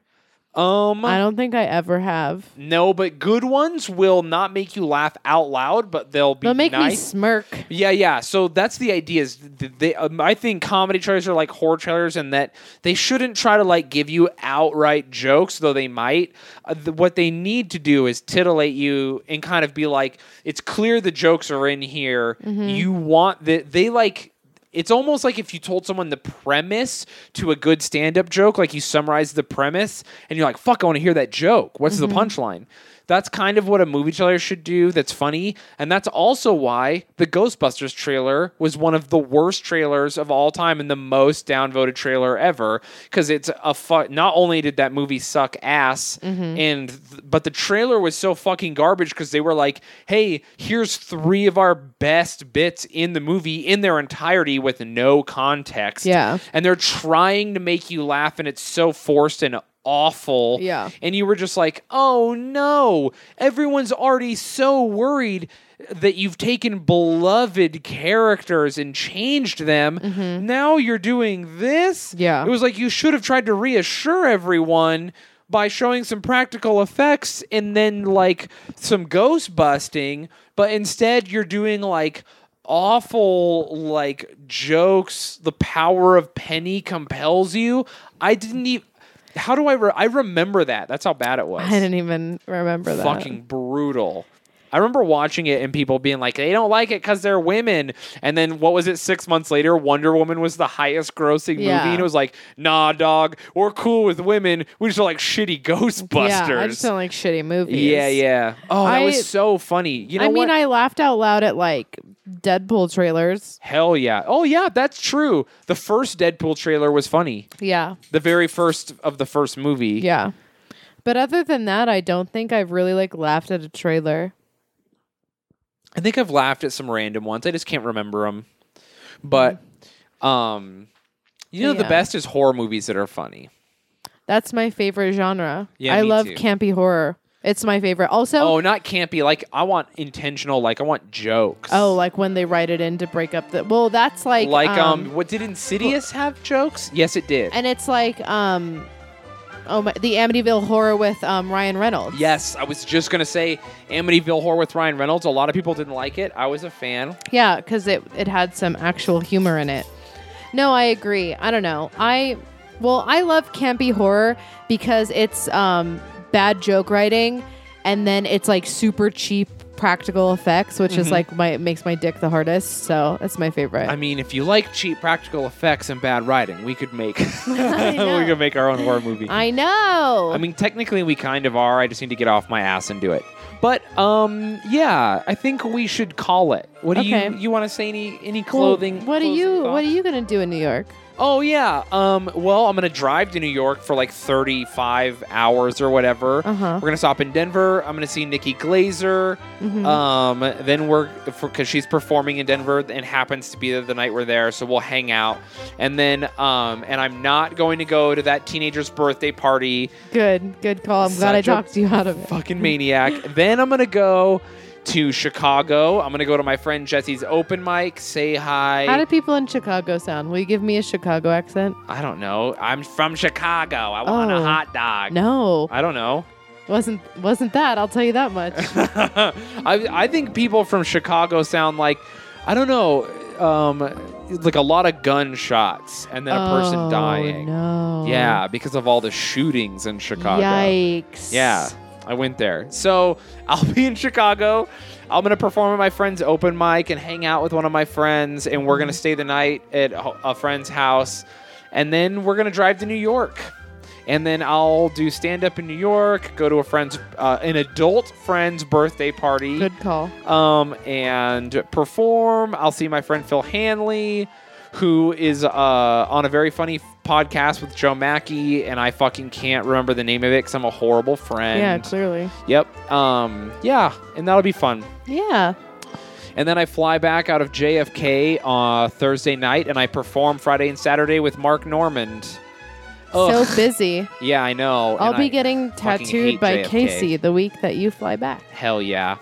S2: Um.
S3: I don't think I ever have.
S2: no, but good ones will not make you laugh out loud, but they'll be
S3: They'll make me
S2: nice.
S3: smirk.
S2: Yeah, yeah. So that's the idea. Is th- they? Um, I think comedy trailers are like horror trailers, and that they shouldn't try to like give you outright jokes, though they might. Uh, th- what they need to do is titillate you and kind of be like, it's clear the jokes are in here. You want that? They like. It's almost like if you told someone the premise to a good stand-up joke, like you summarize the premise, and you're like, "Fuck, I want to hear that joke. What's the punchline?" That's kind of what a movie trailer should do that's funny. And that's also why the Ghostbusters trailer was one of the worst trailers of all time and the most downvoted trailer ever. Because it's a fu- not only did that movie suck ass, and th- but the trailer was so fucking garbage because they were like, hey, here's three of our best bits in the movie in their entirety with no context.
S3: Yeah.
S2: And they're trying to make you laugh, and it's so forced and awful
S3: Yeah.
S2: and you were just like, "Oh no, everyone's already so worried that you've taken beloved characters and changed them. Now you're doing this?"
S3: Mm-hmm. Yeah.
S2: It was like you should have tried to reassure everyone by showing some practical effects and then like some ghost busting, but instead you're doing like awful like jokes. The power of Penny compels you. I didn't even. How do I? Re- I remember that. That's how bad it was.
S3: I didn't even remember that.
S2: Fucking brutal. I remember watching it and people being like, they don't like it because they're women. And then what was it? Six months later, Wonder Woman was the highest grossing
S3: Yeah.
S2: movie, and it was like, nah, dog, we're cool with women. We just are like shitty Ghostbusters.
S3: Yeah, I just don't like shitty movies.
S2: yeah, yeah. Oh, that
S3: I-
S2: was so funny. You know
S3: I mean,
S2: what?
S3: I laughed out loud at like Deadpool trailers.
S2: Hell yeah. Oh yeah, that's true. The first Deadpool trailer was funny.
S3: Yeah,
S2: The very first of the first movie.
S3: yeah. But other than that, I don't think I've really like laughed at a trailer.
S2: I think I've laughed at some random ones. I just can't remember them. But um you know the
S3: Mm-hmm. Yeah.
S2: best is horror movies that are funny.
S3: That's my favorite genre.
S2: Yeah,
S3: I
S2: me
S3: love
S2: too.
S3: campy horror. It's my favorite. Also,
S2: Oh, not campy. Like I want intentional. Like I want jokes.
S3: Oh, like when they write it in to break up the. Well, that's like
S2: like um, what did Insidious have jokes? Yes, it did.
S3: and it's like um, oh my, the Amityville horror with um Ryan Reynolds.
S2: Yes, I was just gonna say Amityville Horror with Ryan Reynolds. A lot of people didn't like it. I was a fan.
S3: Yeah, because it it had some actual humor in it. No, I agree. I don't know. I well, I love campy horror because it's um bad joke writing, and then it's like super cheap practical effects, which is like my makes my dick the hardest. So that's my favorite.
S2: Mm-hmm. I mean, if you like cheap practical effects and bad writing, we could
S3: [laughs]
S2: make [laughs]
S3: know.
S2: we could make our own horror movie.
S3: I know.
S2: I mean, technically, we kind of are. I just need to get off my ass and do it. But um, yeah, I think we should call it. What do
S3: Okay.
S2: you you want to say? Any any
S3: Well,
S2: clothing?
S3: what are you?
S2: closing
S3: What are
S2: thoughts?
S3: you gonna do in New York?
S2: Oh yeah. Um. Well, I'm gonna drive to New York for like 35 hours or whatever.
S3: Uh-huh.
S2: We're gonna stop in Denver. I'm gonna see Nikki Glazer.
S3: Mm-hmm.
S2: Um. Then we're because she's performing in Denver and happens to be the, the night we're there, so we'll hang out. And then um. And I'm not going to go to that teenager's birthday party.
S3: Good, good call. I'm glad I
S2: Such a
S3: talked you out of it.
S2: Fucking maniac. then I'm gonna go to Chicago. I'm gonna go to my friend Jesse's open mic. Say hi.
S3: How do people in Chicago sound? Will you give me a Chicago accent?
S2: I don't know. I'm from Chicago. I want a
S3: Oh.
S2: hot dog.
S3: No,
S2: I don't know. [laughs]
S3: wasn't wasn't that? I'll tell you that much.
S2: I, I think people from Chicago sound like, I don't know, um, like a lot of gunshots and then a person
S3: Oh,
S2: dying.
S3: No.
S2: Yeah, because of all the shootings in Chicago.
S3: Yikes.
S2: Yeah, I went there. So [laughs] I'll be in Chicago. I'm going to perform at my friend's open mic and hang out with one of my friends, and we're going to stay the night at a a friend's house. And then we're going to drive to New York. And then I'll do stand up in New York, go to a friend's, uh, an adult friend's birthday party
S3: Good call.
S2: um, and perform. I'll see my friend Phil Hanley, who is uh, on a very funny f- podcast with Joe Mackey, and I fucking can't remember the name of it because I'm a horrible friend.
S3: yeah, clearly.
S2: Yep. Um, yeah, and that'll be fun.
S3: Yeah.
S2: And then I fly back out of JFK uh, Thursday night, and I perform Friday and Saturday with Mark Normand. Ugh.
S3: So busy.
S2: yeah, I know. and
S3: I'll be
S2: I-
S3: getting
S2: hate
S3: tattooed by
S2: JFK.
S3: Casey the week that you fly back.
S2: Hell yeah.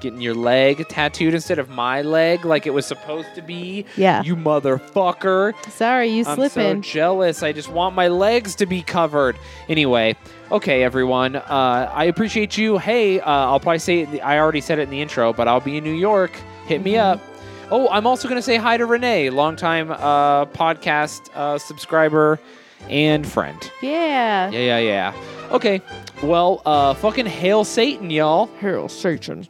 S2: Getting your leg tattooed instead of my leg like it was supposed to be.
S3: Yeah.
S2: You motherfucker.
S3: Sorry, you
S2: I'm so
S3: slipping.
S2: jealous. I just want my legs to be covered. Anyway, okay, everyone. Uh, I appreciate you. Hey, uh, I'll probably say it, I already said it in the intro, but I'll be in New York. Hit me up.
S3: Mm-hmm.
S2: Oh, I'm also going to say hi to Renee, longtime uh, podcast uh, subscriber and friend.
S3: yeah.
S2: Yeah, yeah, yeah. Okay. Well, uh, fucking hail Satan, y'all.
S3: Hail Satan.